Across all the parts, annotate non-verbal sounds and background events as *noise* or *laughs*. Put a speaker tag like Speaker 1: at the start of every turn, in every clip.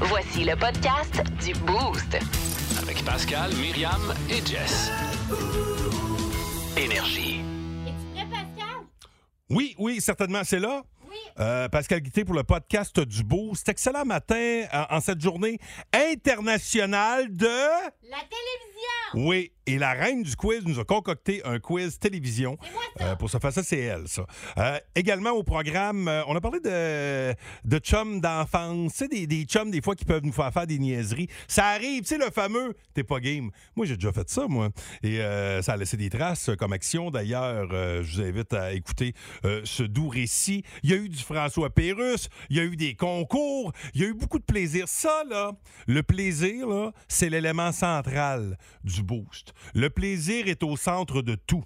Speaker 1: Voici le podcast du Boost.
Speaker 2: Avec Pascal, Myriam et Jess. Énergie.
Speaker 3: Oui, oui, certainement, c'est là. Euh, Pascal Guité pour le podcast du Beau. C'est excellent matin euh, en- en cette journée internationale de...
Speaker 4: La télévision!
Speaker 3: Oui, et la reine du quiz nous a concocté un quiz télévision. Euh, pour se faire ça, c'est elle, ça. Euh, également au programme, euh, on a parlé de, de chums d'enfance. Tu sais, des, des chums, des fois, qui peuvent nous faire faire des niaiseries. Ça arrive, tu sais, le fameux « t'es pas game ». Moi, j'ai déjà fait ça, moi. Et euh, ça a laissé des traces euh, comme action. D'ailleurs, euh, je vous invite à écouter euh, ce doux récit. Il y a eu du François Pérusse, il y a eu des concours, il y a eu beaucoup de plaisir. Ça, là, le plaisir, là, c'est l'élément central du boost. Le plaisir est au centre de tout.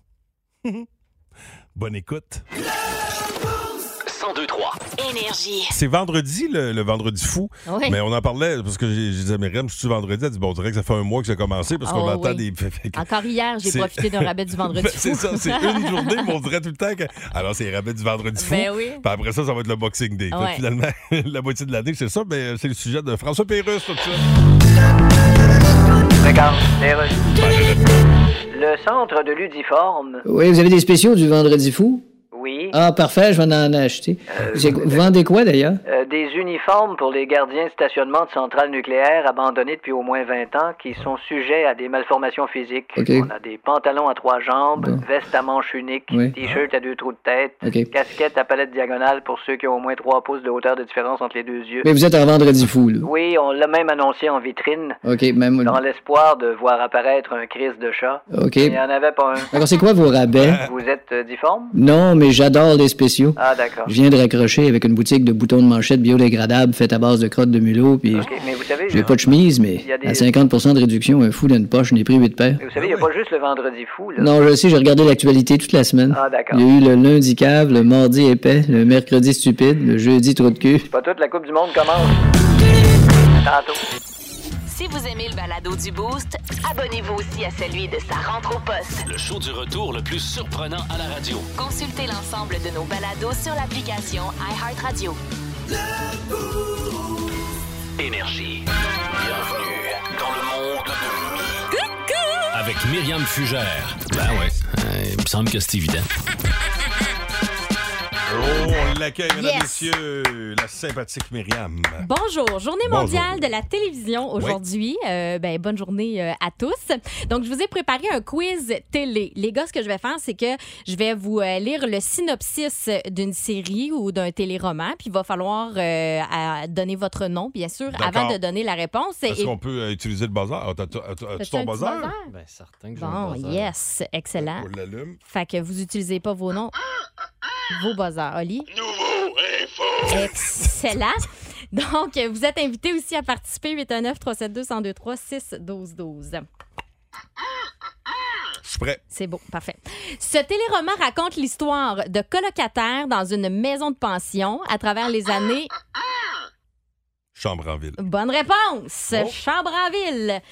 Speaker 3: Bonne écoute.
Speaker 2: 1023.
Speaker 1: Énergie.
Speaker 3: C'est vendredi, le, le vendredi fou.
Speaker 4: Oui.
Speaker 3: Mais on en parlait parce que j'ai j'ai dit à Myriam, si tu vendredi, elle dit, bon, on dirait que ça fait un mois que ça a commencé parce qu'on
Speaker 4: Oh,
Speaker 3: entend
Speaker 4: oui.
Speaker 3: des. *laughs* fait que-
Speaker 4: Encore hier, j'ai
Speaker 3: c'est-
Speaker 4: profité d'un rabais du vendredi.
Speaker 3: *laughs* Ben, c'est
Speaker 4: fou.
Speaker 3: ça, c'est
Speaker 4: *laughs*
Speaker 3: une journée, mais on dirait tout le temps que. Alors, c'est les rabais du vendredi fou.
Speaker 4: Ben oui.
Speaker 3: Puis après ça, ça va être le Boxing Day. Fait que
Speaker 4: Ouais.
Speaker 3: finalement, *laughs* la moitié de l'année, c'est ça, mais c'est le sujet de François Pérusse, tout ça.
Speaker 5: Le centre de l'Udiforme.
Speaker 6: Oui, vous avez des spéciaux du vendredi fou?
Speaker 5: Oui.
Speaker 6: Ah, parfait, je vais en acheter. Vous avez- vous vendez quoi d'ailleurs?
Speaker 5: Euh, des uniformes pour les gardiens de stationnement de centrales nucléaires abandonnées depuis au moins 20 ans qui sont sujets à des malformations physiques.
Speaker 6: Ok.
Speaker 5: On a des pantalons à trois jambes,
Speaker 6: Bon.
Speaker 5: veste à manches uniques,
Speaker 6: Oui.
Speaker 5: t-shirt à deux trous de tête,
Speaker 6: Ok.
Speaker 5: casquette à palette diagonale pour ceux qui ont au moins trois pouces de hauteur de différence entre les deux yeux.
Speaker 6: Mais vous êtes en Ah, vendredi fou, là.
Speaker 5: Oui, on l'a même annoncé en vitrine
Speaker 6: OK, même.
Speaker 5: dans l'espoir de voir apparaître un crise de chat.
Speaker 6: OK.
Speaker 5: Il n'y en avait pas un.
Speaker 6: Alors, c'est quoi vos rabais?
Speaker 5: Vous êtes euh, difforme?
Speaker 6: Non, mais j'adore les spéciaux.
Speaker 5: Ah, d'accord.
Speaker 6: Je viens de raccrocher avec une boutique de boutons de manchette biodégradables faite à base de crottes de mulot, puis
Speaker 5: Ok, mais vous savez,
Speaker 6: j'ai pas de chemise, mais
Speaker 5: Il y a des-
Speaker 6: à 50 de réduction, un fou d'une poche, n'est pris huit paires.
Speaker 5: vous savez, il n'y a pas juste le vendredi fou, là.
Speaker 6: Non, je sais, j'ai regardé l'actualité toute la semaine.
Speaker 5: Ah, d'accord.
Speaker 6: Il y a eu le lundi cave, le mardi épais, le mercredi stupide, le jeudi trou de cul.
Speaker 5: Pas toute la Coupe du Monde commence. Tantôt.
Speaker 1: Si vous aimez le balado du Boost, abonnez-vous aussi à celui de sa rentre au poste.
Speaker 2: Le show du retour le plus surprenant à la radio.
Speaker 1: Consultez l'ensemble de nos balados sur l'application iHeartRadio.
Speaker 2: Énergie. Bienvenue dans le monde de Mi. Avec Myriam Fugère. Ben ouais, euh, il me semble que c'est évident.
Speaker 3: Oh, on l'accueille, mesdames
Speaker 4: Yes.
Speaker 3: messieurs, la sympathique Myriam.
Speaker 4: Bonjour, journée
Speaker 3: Bonjour.
Speaker 4: mondiale de la télévision aujourd'hui. Euh, ben, bonne journée euh, à tous. Donc, je vous ai préparé un quiz télé. Les gars, ce que je vais faire, c'est que je vais vous euh, lire le synopsis d'une série ou d'un téléroman, puis il va falloir euh, à- donner votre nom, bien sûr,
Speaker 3: D'accord.
Speaker 4: avant de donner la réponse.
Speaker 3: Est-ce
Speaker 4: Et-
Speaker 3: qu'on peut euh, utiliser le buzzer? Ah, t'as- t'as- t'as- As-tu
Speaker 4: Fais-tu un
Speaker 3: ton
Speaker 4: petit
Speaker 3: buzzer?
Speaker 4: buzzer?
Speaker 7: Ben, certain que j'ai un
Speaker 4: Bon,
Speaker 7: buzzer.
Speaker 4: yes, excellent.
Speaker 3: On l'allume.
Speaker 4: Fait que vous utilisez pas vos noms, vos buzzers. Oli? Excellent. *laughs* Donc, vous êtes invité aussi à participer 819 372 1023 6 12 12.
Speaker 3: Je suis prêt.
Speaker 4: C'est beau, parfait. Ce téléroman raconte l'histoire de colocataires dans une maison de pension à travers les années.
Speaker 3: Chambre en ville.
Speaker 4: Bonne réponse!
Speaker 3: Bon.
Speaker 4: Chambre en ville.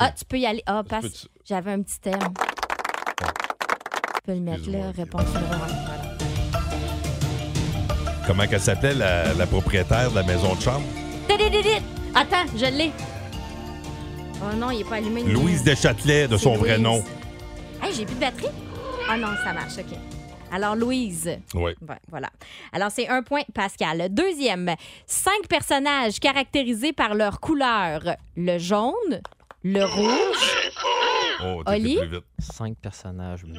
Speaker 4: Ah, tu peux y aller. Ah, parce
Speaker 3: Oh. Peux-tu- Ah.
Speaker 4: j'avais un petit thème. Tu peux le mettre là,
Speaker 3: Excuse-moi.
Speaker 4: réponse numéro un. Voilà.
Speaker 3: Comment qu'elle s'appelait, la, la propriétaire de la maison de chambre?
Speaker 4: Tadadadit! Attends, je l'ai. Oh non, il n'est pas allumé. le
Speaker 3: Louise
Speaker 4: mien.
Speaker 3: Deschâtelet, de
Speaker 4: C'est
Speaker 3: son vrai
Speaker 4: Louise.
Speaker 3: nom.
Speaker 4: Hey, j'ai plus de batterie. Ah non, ça marche, OK. Alors, Louise.
Speaker 3: Oui.
Speaker 4: Ouais, voilà. Alors, c'est un point, Pascal. Deuxième, cinq personnages caractérisés par leur couleur. Le jaune, le rouge,
Speaker 3: Oh, t'étais
Speaker 4: Oli?
Speaker 3: plus vite.
Speaker 7: Cinq personnages. Mmh.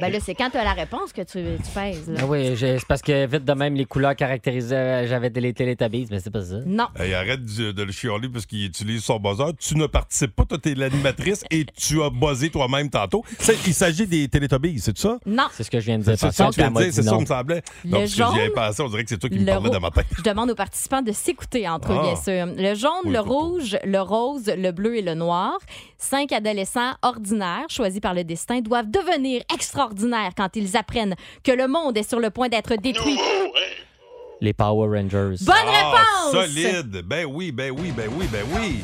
Speaker 4: Ben là, c'est quand tu as la réponse que tu, tu pèses. là.
Speaker 7: Ah oui, j'ai- c'est parce que vite de même, les couleurs caractérisées, euh, j'avais des les Teletubbies, mais c'est pas ça.
Speaker 4: Non.
Speaker 3: Hey, Euh, arrête de, de le chialer parce qu'il utilise son buzzer. Tu ne participes pas, toi, t'es l'animatrice et tu as buzzé toi-même tantôt. C'est- il s'agit des Teletubbies, c'est ça?
Speaker 4: Non.
Speaker 7: C'est ce que je viens de dire.
Speaker 3: C'est
Speaker 7: Pascal,
Speaker 3: ça que je
Speaker 7: puis
Speaker 3: viens
Speaker 7: elle
Speaker 3: de
Speaker 7: m'a
Speaker 3: dire,
Speaker 7: dit
Speaker 3: c'est ça
Speaker 7: non.
Speaker 3: qui me semblais.
Speaker 4: Le
Speaker 3: Non, parce que j'y avais
Speaker 4: jaune,
Speaker 3: pensé, on dirait que c'est toi qui me
Speaker 4: le
Speaker 3: parlais
Speaker 4: rouge.
Speaker 3: dans ma tête.
Speaker 4: Je demande aux participants de s'écouter entre eux,
Speaker 3: Ah.
Speaker 4: bien sûr. Le jaune,
Speaker 3: Oui,
Speaker 4: le
Speaker 3: je comprends.
Speaker 4: rouge, le rose, le bleu et le noir. Cinq adolescents ordinaires choisis par le destin doivent devenir extraordinaires quand ils apprennent que le monde est sur le point d'être détruit.
Speaker 7: Les Power Rangers.
Speaker 4: Bonne
Speaker 3: Ah,
Speaker 4: réponse!
Speaker 3: Solide! Ben oui, ben oui, ben oui, ben oui!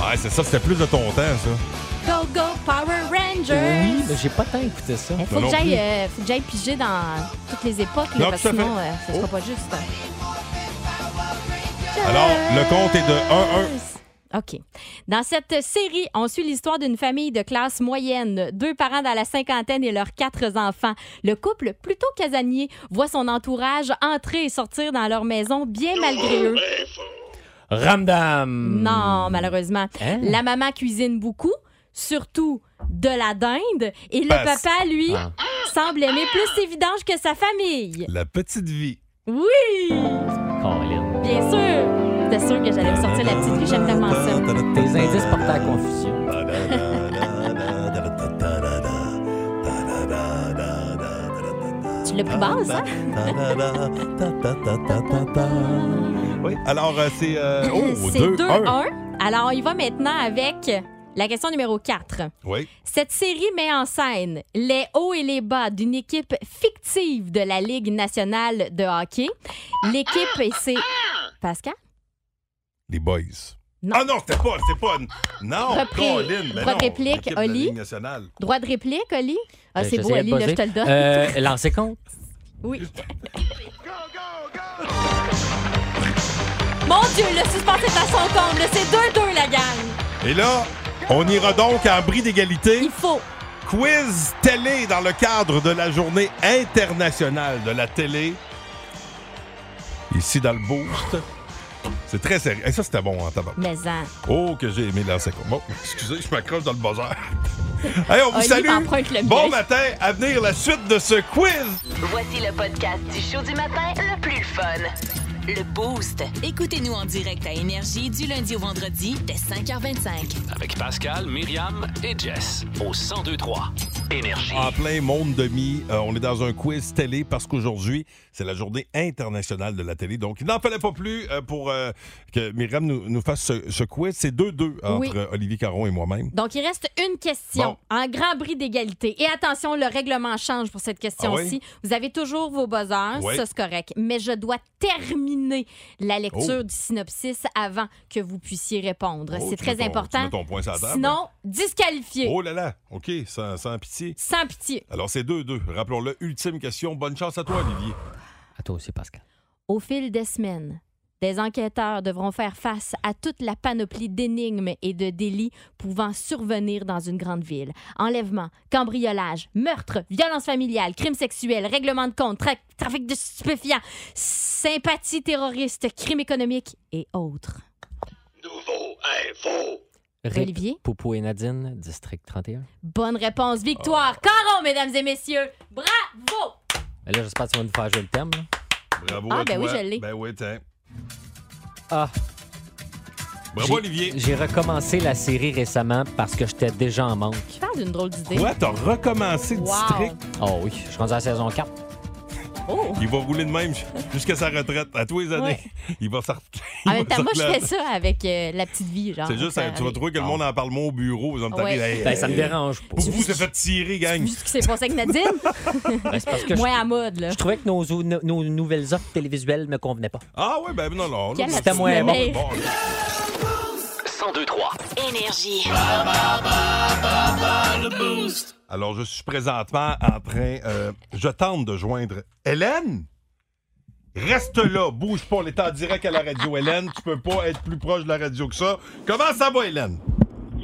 Speaker 3: Ah, c'est ça, c'était plus de ton temps, ça.
Speaker 4: Go, go, Power Rangers!
Speaker 7: oui, mais j'ai pas tant écouté ça.
Speaker 4: Il faut,
Speaker 3: ben, Non
Speaker 4: que j'aille,
Speaker 3: plus.
Speaker 4: euh, faut que j'aille piger dans toutes les époques, là,
Speaker 3: Non,
Speaker 4: parce
Speaker 3: tout
Speaker 4: que
Speaker 3: à fait.
Speaker 4: sinon, euh, ce sera
Speaker 3: Oh.
Speaker 4: pas juste.
Speaker 3: Alors, le compte est de 1-1.
Speaker 4: OK. Dans cette série, on suit l'histoire d'une famille de classe moyenne, deux parents dans la cinquantaine et leurs quatre enfants. Le couple, plutôt casanier, voit son entourage entrer et sortir dans leur maison bien malgré eux.
Speaker 7: Ramdam!
Speaker 4: Non, malheureusement.
Speaker 7: Hein?
Speaker 4: La maman cuisine beaucoup, surtout de la dinde, et le
Speaker 3: Passe.
Speaker 4: papa, lui,
Speaker 7: Ah.
Speaker 4: semble aimer plus ses vidanges que sa famille.
Speaker 3: La petite vie.
Speaker 4: Oui,
Speaker 7: Colin.
Speaker 4: bien sûr. C'était sûr que j'allais me sortir la petite vie, j'aime tellement ça.
Speaker 7: Tes indices portaient à confusion.
Speaker 3: Ah,
Speaker 4: Tu l'as plus basse, hein?
Speaker 3: *laughs* Oui, alors euh, c'est. euh, oh,
Speaker 4: *laughs* C'est
Speaker 3: 2-1.
Speaker 4: 2-1. Alors, on y va maintenant avec la question numéro 4.
Speaker 3: Oui.
Speaker 4: Cette série met en scène les hauts et les bas d'une équipe fictive de la Ligue nationale de hockey. L'équipe, et c'est... Pascal?
Speaker 3: Les boys.
Speaker 4: Non.
Speaker 3: Ah non, c'était pas, c'était pas. Non,
Speaker 4: Repris-
Speaker 3: Colin, ben
Speaker 4: droit de
Speaker 3: non,
Speaker 4: réplique,
Speaker 3: l'équipe de la
Speaker 4: Oli.
Speaker 3: Ligue nationale.
Speaker 4: Droit de réplique, Oli? Ah,
Speaker 7: Euh,
Speaker 4: c'est beau,
Speaker 7: j'essayais de
Speaker 4: Oli, là,
Speaker 7: buzzer.
Speaker 4: je te le donne. *laughs*
Speaker 7: Euh, lancez compte.
Speaker 4: Oui. Mon Dieu, le suspens est à son comble. là. C'est 2-2, la gang.
Speaker 3: Et là, on ira donc en bris d'égalité.
Speaker 4: Il faut.
Speaker 3: Quiz télé dans le cadre de la journée internationale de la télé. Ici dans le Boost. C'est très sérieux. Et ça, c'était bon en tabac.
Speaker 4: Mais hein, en.
Speaker 3: Oh, que j'ai aimé lancer comme. Bon, excusez, je m'accroche dans le buzzer. *laughs* Hey, on vous
Speaker 4: Oli
Speaker 3: salue.
Speaker 4: t'emprunte Ah, le
Speaker 3: Bon
Speaker 4: mien.
Speaker 3: matin, à venir la suite de ce quiz.
Speaker 1: Voici le podcast du show du matin le plus fun. Le Boost.
Speaker 8: Écoutez-nous en direct à Énergie du lundi au vendredi dès 5h25.
Speaker 2: Avec Pascal, Myriam et Jess au 1023 Énergie.
Speaker 3: En plein monde demi, euh, on est dans un quiz télé parce qu'aujourd'hui, c'est la journée internationale de la télé. Donc, il n'en fallait pas plus euh, pour euh, que Myriam nous, nous fasse ce, ce quiz. C'est 2-2 entre
Speaker 4: Oui.
Speaker 3: euh, Olivier Caron et moi-même.
Speaker 4: Donc, il reste une question en grand bris d'égalité. Et attention, le règlement change pour cette question-ci.
Speaker 3: Ah oui?
Speaker 4: Vous avez toujours vos buzzers,
Speaker 3: Oui. Oh.
Speaker 4: ça c'est correct. Mais je dois terminer la lecture du synopsis avant que vous puissiez répondre.
Speaker 3: Oh,
Speaker 4: c'est
Speaker 3: tu mets
Speaker 4: très
Speaker 3: ton- tu
Speaker 4: important.
Speaker 3: mets ton point sur la table. hein?
Speaker 4: Sinon, disqualifié.
Speaker 3: Oh là là, OK, sans, sans pitié.
Speaker 4: Sans pitié.
Speaker 3: Alors, c'est 2-2. Rappelons-le, ultime question. Bonne chance à toi, Olivier.
Speaker 7: À toi aussi, Pascal.
Speaker 4: Au fil des semaines, des enquêteurs devront faire face à toute la panoplie d'énigmes et de délits pouvant survenir dans une grande ville. Enlèvement, cambriolage, meurtre, violence familiale, crimes sexuels, règlement de compte, tra- trafic de stupéfiants, sympathie terroriste, crime économique et autres.
Speaker 7: Rip,
Speaker 4: Olivier?
Speaker 7: Poupou et Nadine, District 31.
Speaker 4: Bonne réponse, victoire. Caron, mesdames et messieurs. Bravo!
Speaker 7: Mais là, j'espère que tu vas nous faire jouer le thème. là.
Speaker 3: Bravo
Speaker 4: Ah,
Speaker 3: à
Speaker 4: ben
Speaker 3: toi.
Speaker 4: oui, je l'ai.
Speaker 3: Ben oui, tiens.
Speaker 7: Ah,
Speaker 3: Bravo,
Speaker 7: j'ai-
Speaker 3: Olivier.
Speaker 7: J'ai recommencé la série récemment parce que j'étais déjà en manque.
Speaker 4: Je parle d'une drôle d'idée.
Speaker 3: Quoi? T'as recommencé le
Speaker 4: Wow.
Speaker 3: district?
Speaker 7: Oh oui, je suis rendu à la saison 4.
Speaker 4: Oh!
Speaker 3: Il va rouler de même jusqu'à sa retraite. À tous les années, il va sortir.
Speaker 4: En même temps, Ah, moi,
Speaker 3: *laughs*
Speaker 4: je fais ça avec euh, la petite vie. genre.
Speaker 3: C'est juste, hein,
Speaker 4: Ça-
Speaker 3: tu vas trouver que le monde en parle moins au bureau. Ils vont me taper,
Speaker 4: Ouais.
Speaker 3: hey,
Speaker 7: Ben, ça me
Speaker 3: hey,
Speaker 7: dérange pas.
Speaker 3: Pour vous, c'est fait tirer, gang.
Speaker 4: Vu ce qui s'est passé avec Nadine,
Speaker 3: *laughs*
Speaker 7: Ben, c'est
Speaker 9: *laughs*
Speaker 7: parce que je,
Speaker 4: moins à mode, là.
Speaker 7: je trouvais que nos, ou- no- nos nouvelles offres télévisuelles me convenaient pas.
Speaker 3: Ah ouais, ben non, non.
Speaker 4: Quelle
Speaker 3: non,
Speaker 7: C'était
Speaker 4: petite
Speaker 7: moins bon.
Speaker 4: mère.
Speaker 3: bon, bon,
Speaker 2: 1023
Speaker 8: Énergie.
Speaker 3: Alors, je suis présentement en train... euh, je tente de joindre Hélène. Reste là, bouge pas, on est en direct à la radio, Hélène. Tu peux pas être plus proche de la radio que ça. Comment ça va, Hélène?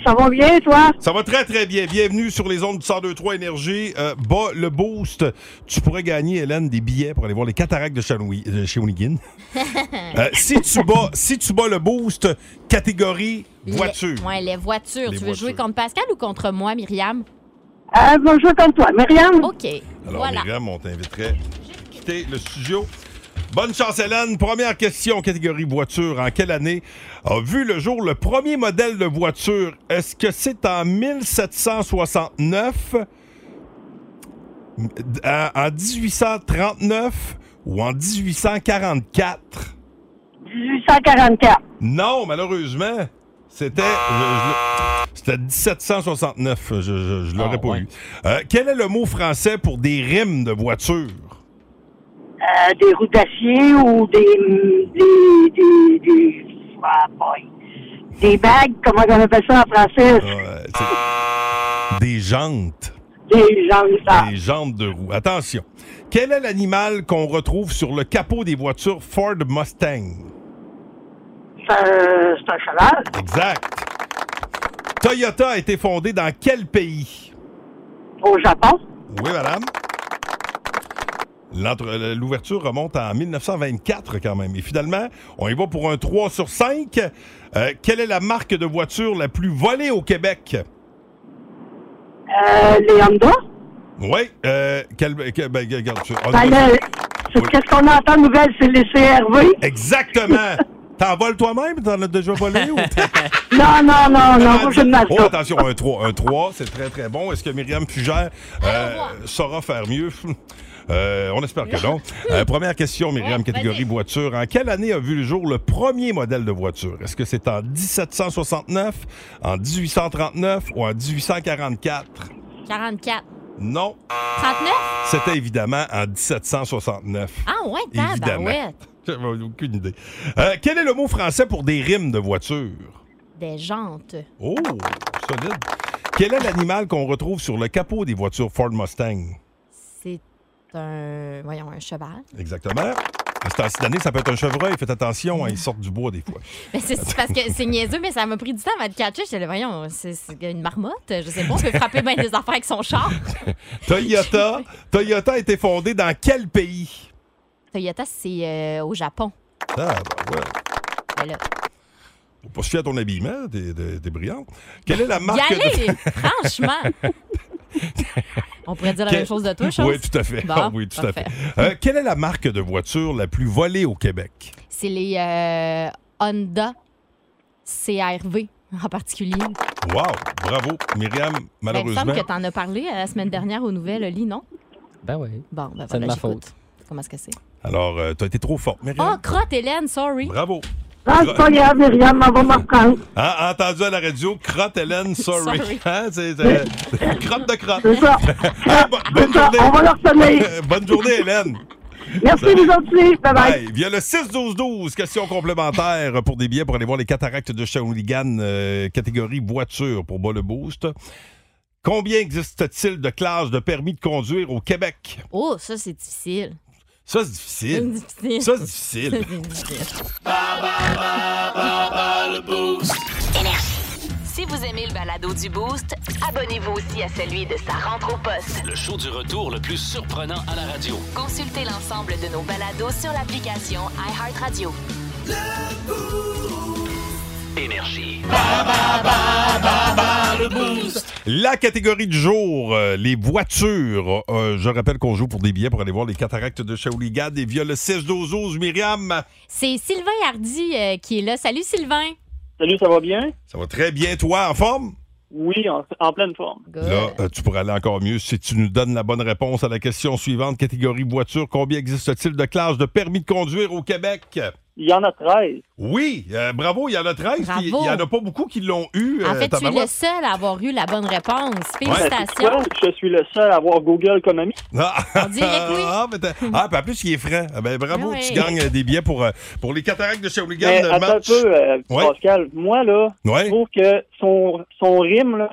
Speaker 10: Ça va bien, toi?
Speaker 3: Ça va très, très bien. Bienvenue sur les ondes du 1023 Énergie. Euh, bas le boost. Tu pourrais gagner, Hélène, des billets pour aller voir les cataractes de Shawni- de Shawinigan.
Speaker 7: *laughs*
Speaker 3: Euh, si, tu bats, si tu bats le boost, catégorie voiture.
Speaker 4: Les, ouais, les voitures.
Speaker 3: Les
Speaker 4: tu veux
Speaker 3: voitures.
Speaker 4: jouer contre Pascal ou contre moi, Myriam?
Speaker 10: Euh, bon, je vais comme toi. Myriam?
Speaker 4: OK.
Speaker 3: Alors,
Speaker 4: voilà.
Speaker 3: Myriam, on t'inviterait à quitter le studio. Bonne chance, Hélène. Première question, catégorie voiture. En quelle année a vu le jour le premier modèle de voiture? Est-ce que c'est en 1769, en en 1839 ou en 1844?
Speaker 10: 1844.
Speaker 3: Non, malheureusement. C'était. je- je- C'était 1769. Je, je, je l'aurais pas eu. Euh, quel est le mot français pour des rimes de voiture?
Speaker 10: Euh, des roues d'acier ou des. des. des. des. ah, boy. Des bagues, comment on appelle ça en français?
Speaker 3: Euh, c'est- des jantes.
Speaker 10: Des gens. ah,
Speaker 3: Des jantes de roue. Attention. Quel est l'animal qu'on retrouve sur le capot des voitures Ford Mustang?
Speaker 10: C'est un, Euh, c'est un cheval.
Speaker 3: Exact. Toyota a été fondée dans quel pays?
Speaker 10: Au Japon.
Speaker 3: Oui, madame. L'entre- L'ouverture remonte en 1924 quand même. Et finalement, on y va pour un 3 sur 5. Euh, quelle est la marque de voiture la plus volée au Québec?
Speaker 10: Euh, les Honda.
Speaker 3: Oui. Euh, quelle- que- ben, regarde, tu- on-
Speaker 10: Ben, le- c'est
Speaker 3: Oui.
Speaker 10: qu'est-ce qu'on entend de nouvelles, c'est les CRV. *laughs*
Speaker 3: Exactement. T'en voles toi-même? T'en as déjà volé? ou t'as-
Speaker 10: Non, non, non, non, moi, je ne
Speaker 3: Oh,
Speaker 10: m'assure.
Speaker 3: attention, un 3. Un 3, c'est très, très bon. Est-ce que Myriam Fugère euh, saura faire mieux? *laughs* Euh, on espère que non. Euh, première question, Myriam, catégorie voiture. En quelle année a vu le jour le premier modèle de voiture? Est-ce que c'est en 1769, en 1839 ou en 1844?
Speaker 4: 44.
Speaker 3: Non,
Speaker 4: 39?
Speaker 3: c'était évidemment en 1769.
Speaker 4: Ah, ouais,
Speaker 3: Évidemment.
Speaker 4: tabarouette.
Speaker 3: *laughs* J'avais aucune idée. Euh, quel est le mot français pour des rimes de voiture?
Speaker 4: Des jantes.
Speaker 3: Oh, solide. Quel est l'animal qu'on retrouve sur le capot des voitures Ford Mustang?
Speaker 4: C'est un. Voyons, un cheval.
Speaker 3: Exactement. À cette cette année, ça peut être un chevreuil. Faites attention, hein, ils sortent du bois des fois.
Speaker 4: Mais Ben, c'est c'est parce que c'est niaiseux, mais ça m'a pris du temps à te catcher. J'étais là, voyons, c'est c'est une marmotte. Je sais pas, on peut frapper bien des affaires avec son char. *laughs*
Speaker 3: Toyota. Toyota a été fondée dans quel pays?
Speaker 4: Toyota, c'est euh, au Japon.
Speaker 3: Ah, ben ouais.
Speaker 4: Mais là,
Speaker 3: Faut pas se fier à ton habillement, t'es, t'es- t'es brillante. Quelle est la
Speaker 4: y
Speaker 3: marque de... *laughs*
Speaker 4: aller, franchement. on pourrait dire la
Speaker 3: Quel-
Speaker 4: même chose de toi, chose.
Speaker 3: Oui, tout à fait.
Speaker 4: Bon,
Speaker 3: Ah oui, tout à fait.
Speaker 4: parfait.
Speaker 3: Euh, quelle est la marque de voiture la plus volée au Québec?
Speaker 4: C'est les euh, Honda CRV en particulier. Ben,
Speaker 3: Wow, bravo. Myriam,
Speaker 4: il me
Speaker 3: malheureusement...
Speaker 4: semble que tu en as parlé euh, la semaine dernière aux nouvelles, Oli, non?
Speaker 7: Ben oui.
Speaker 4: Bon, ben
Speaker 7: C'est
Speaker 4: voilà,
Speaker 7: de ma
Speaker 4: j'écoute. Comment est-ce que c'est?
Speaker 3: Alors, euh, t'as été trop forte, Myriam.
Speaker 4: Oh, crotte, Hélène, sorry.
Speaker 3: Bravo.
Speaker 10: Ah, c'est pas grave, Myriam, on va me reprendre.
Speaker 3: Hein, entendu à la radio, crotte *laughs* Hélène, sorry.
Speaker 4: Sorry.
Speaker 3: Hein, c'est, c'est- crotte de crotte.
Speaker 10: C'est
Speaker 3: *laughs*
Speaker 10: ça.
Speaker 3: Hein, bo- bonne,
Speaker 10: C'est ça, on va
Speaker 3: journée.
Speaker 10: leur retenir.
Speaker 3: *laughs* bonne journée, Hélène.
Speaker 10: Merci, vous autres aussi. Bye-bye.
Speaker 3: Bye. Via le 6-12-12, question complémentaire pour des billets pour aller voir les cataractes de Shawinigan, euh, catégorie voiture pour bas le boost. Combien existe-t-il de classes de permis de conduire au Québec?
Speaker 4: Oh, ça, c'est difficile.
Speaker 3: Ça, c'est
Speaker 4: C'est
Speaker 3: difficile.
Speaker 4: *laughs* difficile.
Speaker 3: Ça, c'est difficile. *laughs*
Speaker 4: C'est difficile.
Speaker 1: Si vous aimez le balado du Boost, abonnez-vous aussi à celui de sa rentre au poste.
Speaker 2: Le show du retour le plus surprenant à la radio.
Speaker 1: Consultez l'ensemble de nos balados sur l'application iHeartRadio.
Speaker 2: Énergie.
Speaker 3: La catégorie du jour, euh, les voitures. Euh, je rappelle qu'on joue pour des billets pour aller voir les cataractes de Shawinigan et via le 6-12-12, Myriam.
Speaker 4: C'est Sylvain Hardy euh, qui est là. Salut, Sylvain.
Speaker 11: Salut, ça va bien?
Speaker 3: Ça va très bien, toi, Ah, en forme?
Speaker 11: Oui, en, en pleine forme.
Speaker 4: Good.
Speaker 3: Là, euh, tu pourras aller encore mieux si tu nous donnes la bonne réponse à la question suivante, catégorie voiture. Combien existe-t-il de classes de permis de conduire au Québec?
Speaker 11: Il y en a 13.
Speaker 3: Oui, euh, bravo, il y en a 13. puis Il
Speaker 4: Bravo.
Speaker 3: n'y en a pas beaucoup qui l'ont eu.
Speaker 4: en fait,
Speaker 3: euh,
Speaker 4: tu es le
Speaker 3: tabarouette.
Speaker 4: seul à avoir eu la bonne réponse.
Speaker 11: Ben, c'est
Speaker 4: Félicitations.
Speaker 11: quoi? Je suis le seul à avoir Google comme ami.
Speaker 3: Ah,
Speaker 4: On dirait que oui.
Speaker 3: *laughs* ah, ben, t'as- ah, puis en plus, il est frais. Ah, Ben, bravo,
Speaker 4: Ah ouais.
Speaker 3: tu gagnes euh, des billets pour, euh, pour les cataractes de Shawinigan.
Speaker 11: Mais
Speaker 3: le
Speaker 11: attends
Speaker 3: match.
Speaker 11: un peu, euh,
Speaker 3: Ouais.
Speaker 11: Pascal. Moi, là, je
Speaker 3: Ouais.
Speaker 11: trouve que son, son rime, là,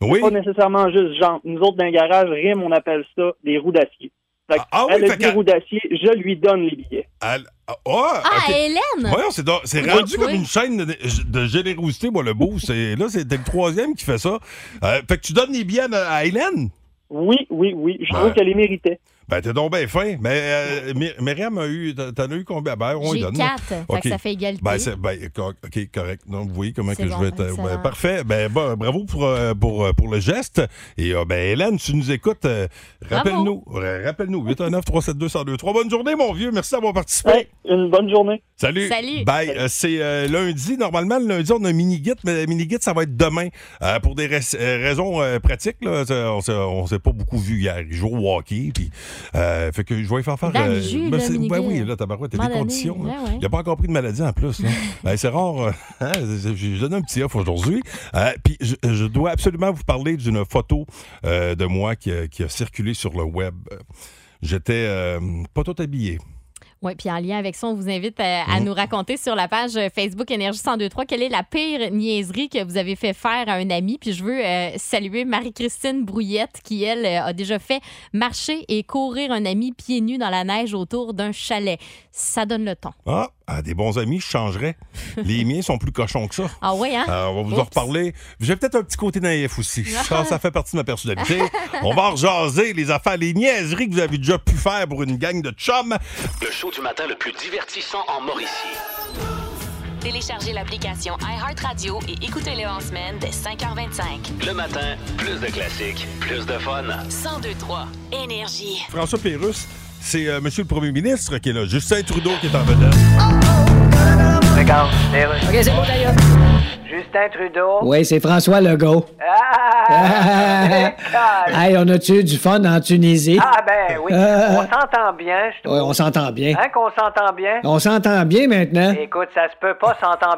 Speaker 3: Oui.
Speaker 11: pas nécessairement juste genre. Nous autres, dans le garage, rime, on appelle ça des roues d'acier. Fait que
Speaker 3: ah oui,
Speaker 11: elle a
Speaker 3: fait
Speaker 11: dit
Speaker 3: qu'elle-
Speaker 11: roue d'acier, je lui donne les billets.
Speaker 3: Elle- Ah, ah,
Speaker 4: Ah,
Speaker 3: ok.
Speaker 4: Hélène!
Speaker 3: Voyons, c'est, donc- c'est
Speaker 4: Oui,
Speaker 3: rendu
Speaker 4: oui.
Speaker 3: comme une chaîne de, de générosité, moi, le
Speaker 4: *laughs*
Speaker 3: beau. C'est, là, c'était le troisième qui fait ça. Euh, fait que tu donnes les billets à, à Hélène?
Speaker 11: Oui, oui, oui. Je trouve
Speaker 3: Ben.
Speaker 11: qu'elle les méritait.
Speaker 3: Ben, t'es donc bien fin. Mais euh, My- Myriam a eu. T'en as eu combien? Ben, on lui
Speaker 4: J'ai
Speaker 3: donne.
Speaker 4: quatre.
Speaker 3: là.
Speaker 4: Fait que
Speaker 3: OK.
Speaker 4: ça fait égalité.
Speaker 3: Ben, c'est- ben, co- OK, correct. Donc, vous voyez comment
Speaker 4: C'est
Speaker 3: que je
Speaker 4: bon,
Speaker 3: vais être.
Speaker 4: excellent.
Speaker 3: ben, parfait. Ben, bon, bravo pour, euh, pour, euh, pour le geste. Et, euh, ben, Hélène, tu nous écoutes. euh, rappelle-nous. Euh, Rappelle-nous. 819 372 1023 Bonne journée, mon vieux. Merci d'avoir participé.
Speaker 11: Une bonne journée.
Speaker 3: Salut.
Speaker 4: Salut.
Speaker 3: Bye. Euh, c'est euh, lundi. Normalement, le lundi, on a un mini-git, mais le mini-git, ça va être demain. Euh, pour des rais- euh, raisons euh, pratiques, là, ça- on s'est- on s'est pas beaucoup vu hier. Il joue au hockey. Puis, euh, fait que je vais y faire faire.
Speaker 4: Dans le jus,
Speaker 3: ben,
Speaker 4: là,
Speaker 3: c'est-
Speaker 4: mini-git.
Speaker 3: ben oui, là, tabarouette, t'as
Speaker 4: À un
Speaker 3: des
Speaker 4: moment donné,
Speaker 3: conditions. là.
Speaker 4: ouais, ouais.
Speaker 3: Il a pas encore pris de maladie en plus.
Speaker 4: *laughs*
Speaker 3: là. Ben, c'est rare. euh, hein, je- je donne un petit off aujourd'hui. Euh, puis je, je dois absolument vous parler d'une photo euh, de moi qui, a- qui a circulé sur le web. J'étais euh, pas tout habillé.
Speaker 4: Oui, puis en lien avec ça, on vous invite à,
Speaker 3: Mhm.
Speaker 4: à nous raconter sur la page euh, Facebook Énergie 1023 quelle est la pire niaiserie que vous avez fait faire à un ami. Puis je veux euh, saluer Marie-Christine Brouillette qui, elle, euh, a déjà fait marcher et courir un ami pieds nus dans la neige autour d'un chalet. Ça donne le ton.
Speaker 3: Ah, à des bons amis, je changerais.
Speaker 4: *laughs*
Speaker 3: Les miens sont plus cochons que ça.
Speaker 4: Ah ouais, hein?
Speaker 3: Euh, on va vous en
Speaker 4: Oups.
Speaker 3: reparler. J'ai peut-être un petit côté
Speaker 4: *laughs*
Speaker 3: naïf aussi. Ça, ça fait partie de ma personnalité. on va en rejaser les affaires, les niaiseries que vous avez déjà pu faire pour une gang de chums.
Speaker 2: Le show du matin le plus divertissant en Mauricie.
Speaker 8: Téléchargez l'application iHeartRadio et écoutez-le en semaine dès 5h25.
Speaker 2: Le matin, plus de classiques, plus de fun.
Speaker 8: 1023 Énergie.
Speaker 3: François Pérus, c'est euh, Monsieur le Premier ministre qui est là. Justin Trudeau qui est en vedette.
Speaker 5: Regarde, OK,
Speaker 6: c'est bon,
Speaker 5: d'ailleurs. Justin Trudeau.
Speaker 6: Oui, c'est François Legault.
Speaker 5: Ah!
Speaker 6: *laughs* Hey, on a-tu eu du fun en Tunisie?
Speaker 5: Ah, ben oui.
Speaker 6: Euh.
Speaker 5: On s'entend bien, je
Speaker 6: Ouais, on s'entend bien.
Speaker 5: Hein, qu'on s'entend bien?
Speaker 6: On s'entend bien maintenant.
Speaker 5: Écoute, ça se peut pas s'entendre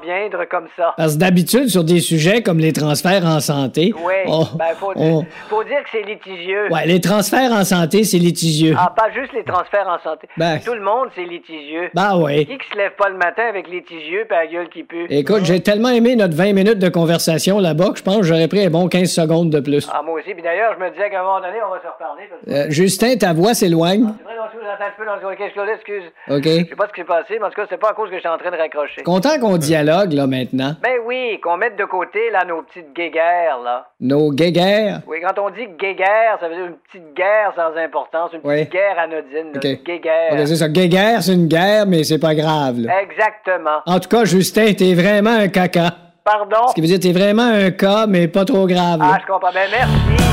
Speaker 5: comme ça.
Speaker 6: Parce que d'habitude, sur des sujets comme les transferts en santé,
Speaker 5: Oui,
Speaker 6: on-
Speaker 5: ben faut, dire-
Speaker 6: on-
Speaker 5: faut dire que c'est litigieux.
Speaker 6: Oh, Ouais, les transferts en santé, c'est litigieux.
Speaker 5: Ah, pas juste les transferts en santé.
Speaker 6: Ben.
Speaker 5: Tout le monde, c'est litigieux.
Speaker 6: Ben oui.
Speaker 5: Qui qui se lève pas le matin avec litigieux pis la gueule qui pue?
Speaker 6: Écoute, j'ai tellement aimé notre 20 minutes de conversation là-bas que je pense que j'aurais pris un bon 15 secondes de plus.
Speaker 5: Ah, moi aussi. Puis d'ailleurs, je me disais qu'à un moment donné, on va se reparler. parce que-
Speaker 6: Euh, Justin, ta voix s'éloigne.
Speaker 5: C'est vrai, donc, je vous entends un peu dans le... Qu'est-ce que là, excuse.
Speaker 6: OK.
Speaker 5: Je sais pas ce qui s'est passé, mais en tout cas, c'est pas à cause que j'étais en train de raccrocher.
Speaker 6: Content qu'on dialogue, là, maintenant.
Speaker 5: Ben oui, qu'on mette de côté, là, nos petites guéguerres, là.
Speaker 6: Nos guéguerres.
Speaker 5: Oui, quand on dit guéguerre, ça veut dire une petite guerre sans importance, une
Speaker 6: Oui.
Speaker 5: petite guerre anodine, là,
Speaker 6: OK.
Speaker 5: une guéguerre.
Speaker 6: OK, c'est ça. Guéguerre, c'est une guerre, mais c'est pas grave, là.
Speaker 5: Exactement.
Speaker 6: En tout cas, Justin, t'es vraiment un caca.
Speaker 5: Pardon?
Speaker 6: Ce qui veut dire, t'es vraiment un cas, mais pas trop grave.
Speaker 5: Oh. Ah,
Speaker 6: là.
Speaker 5: je comprends. Ben merci.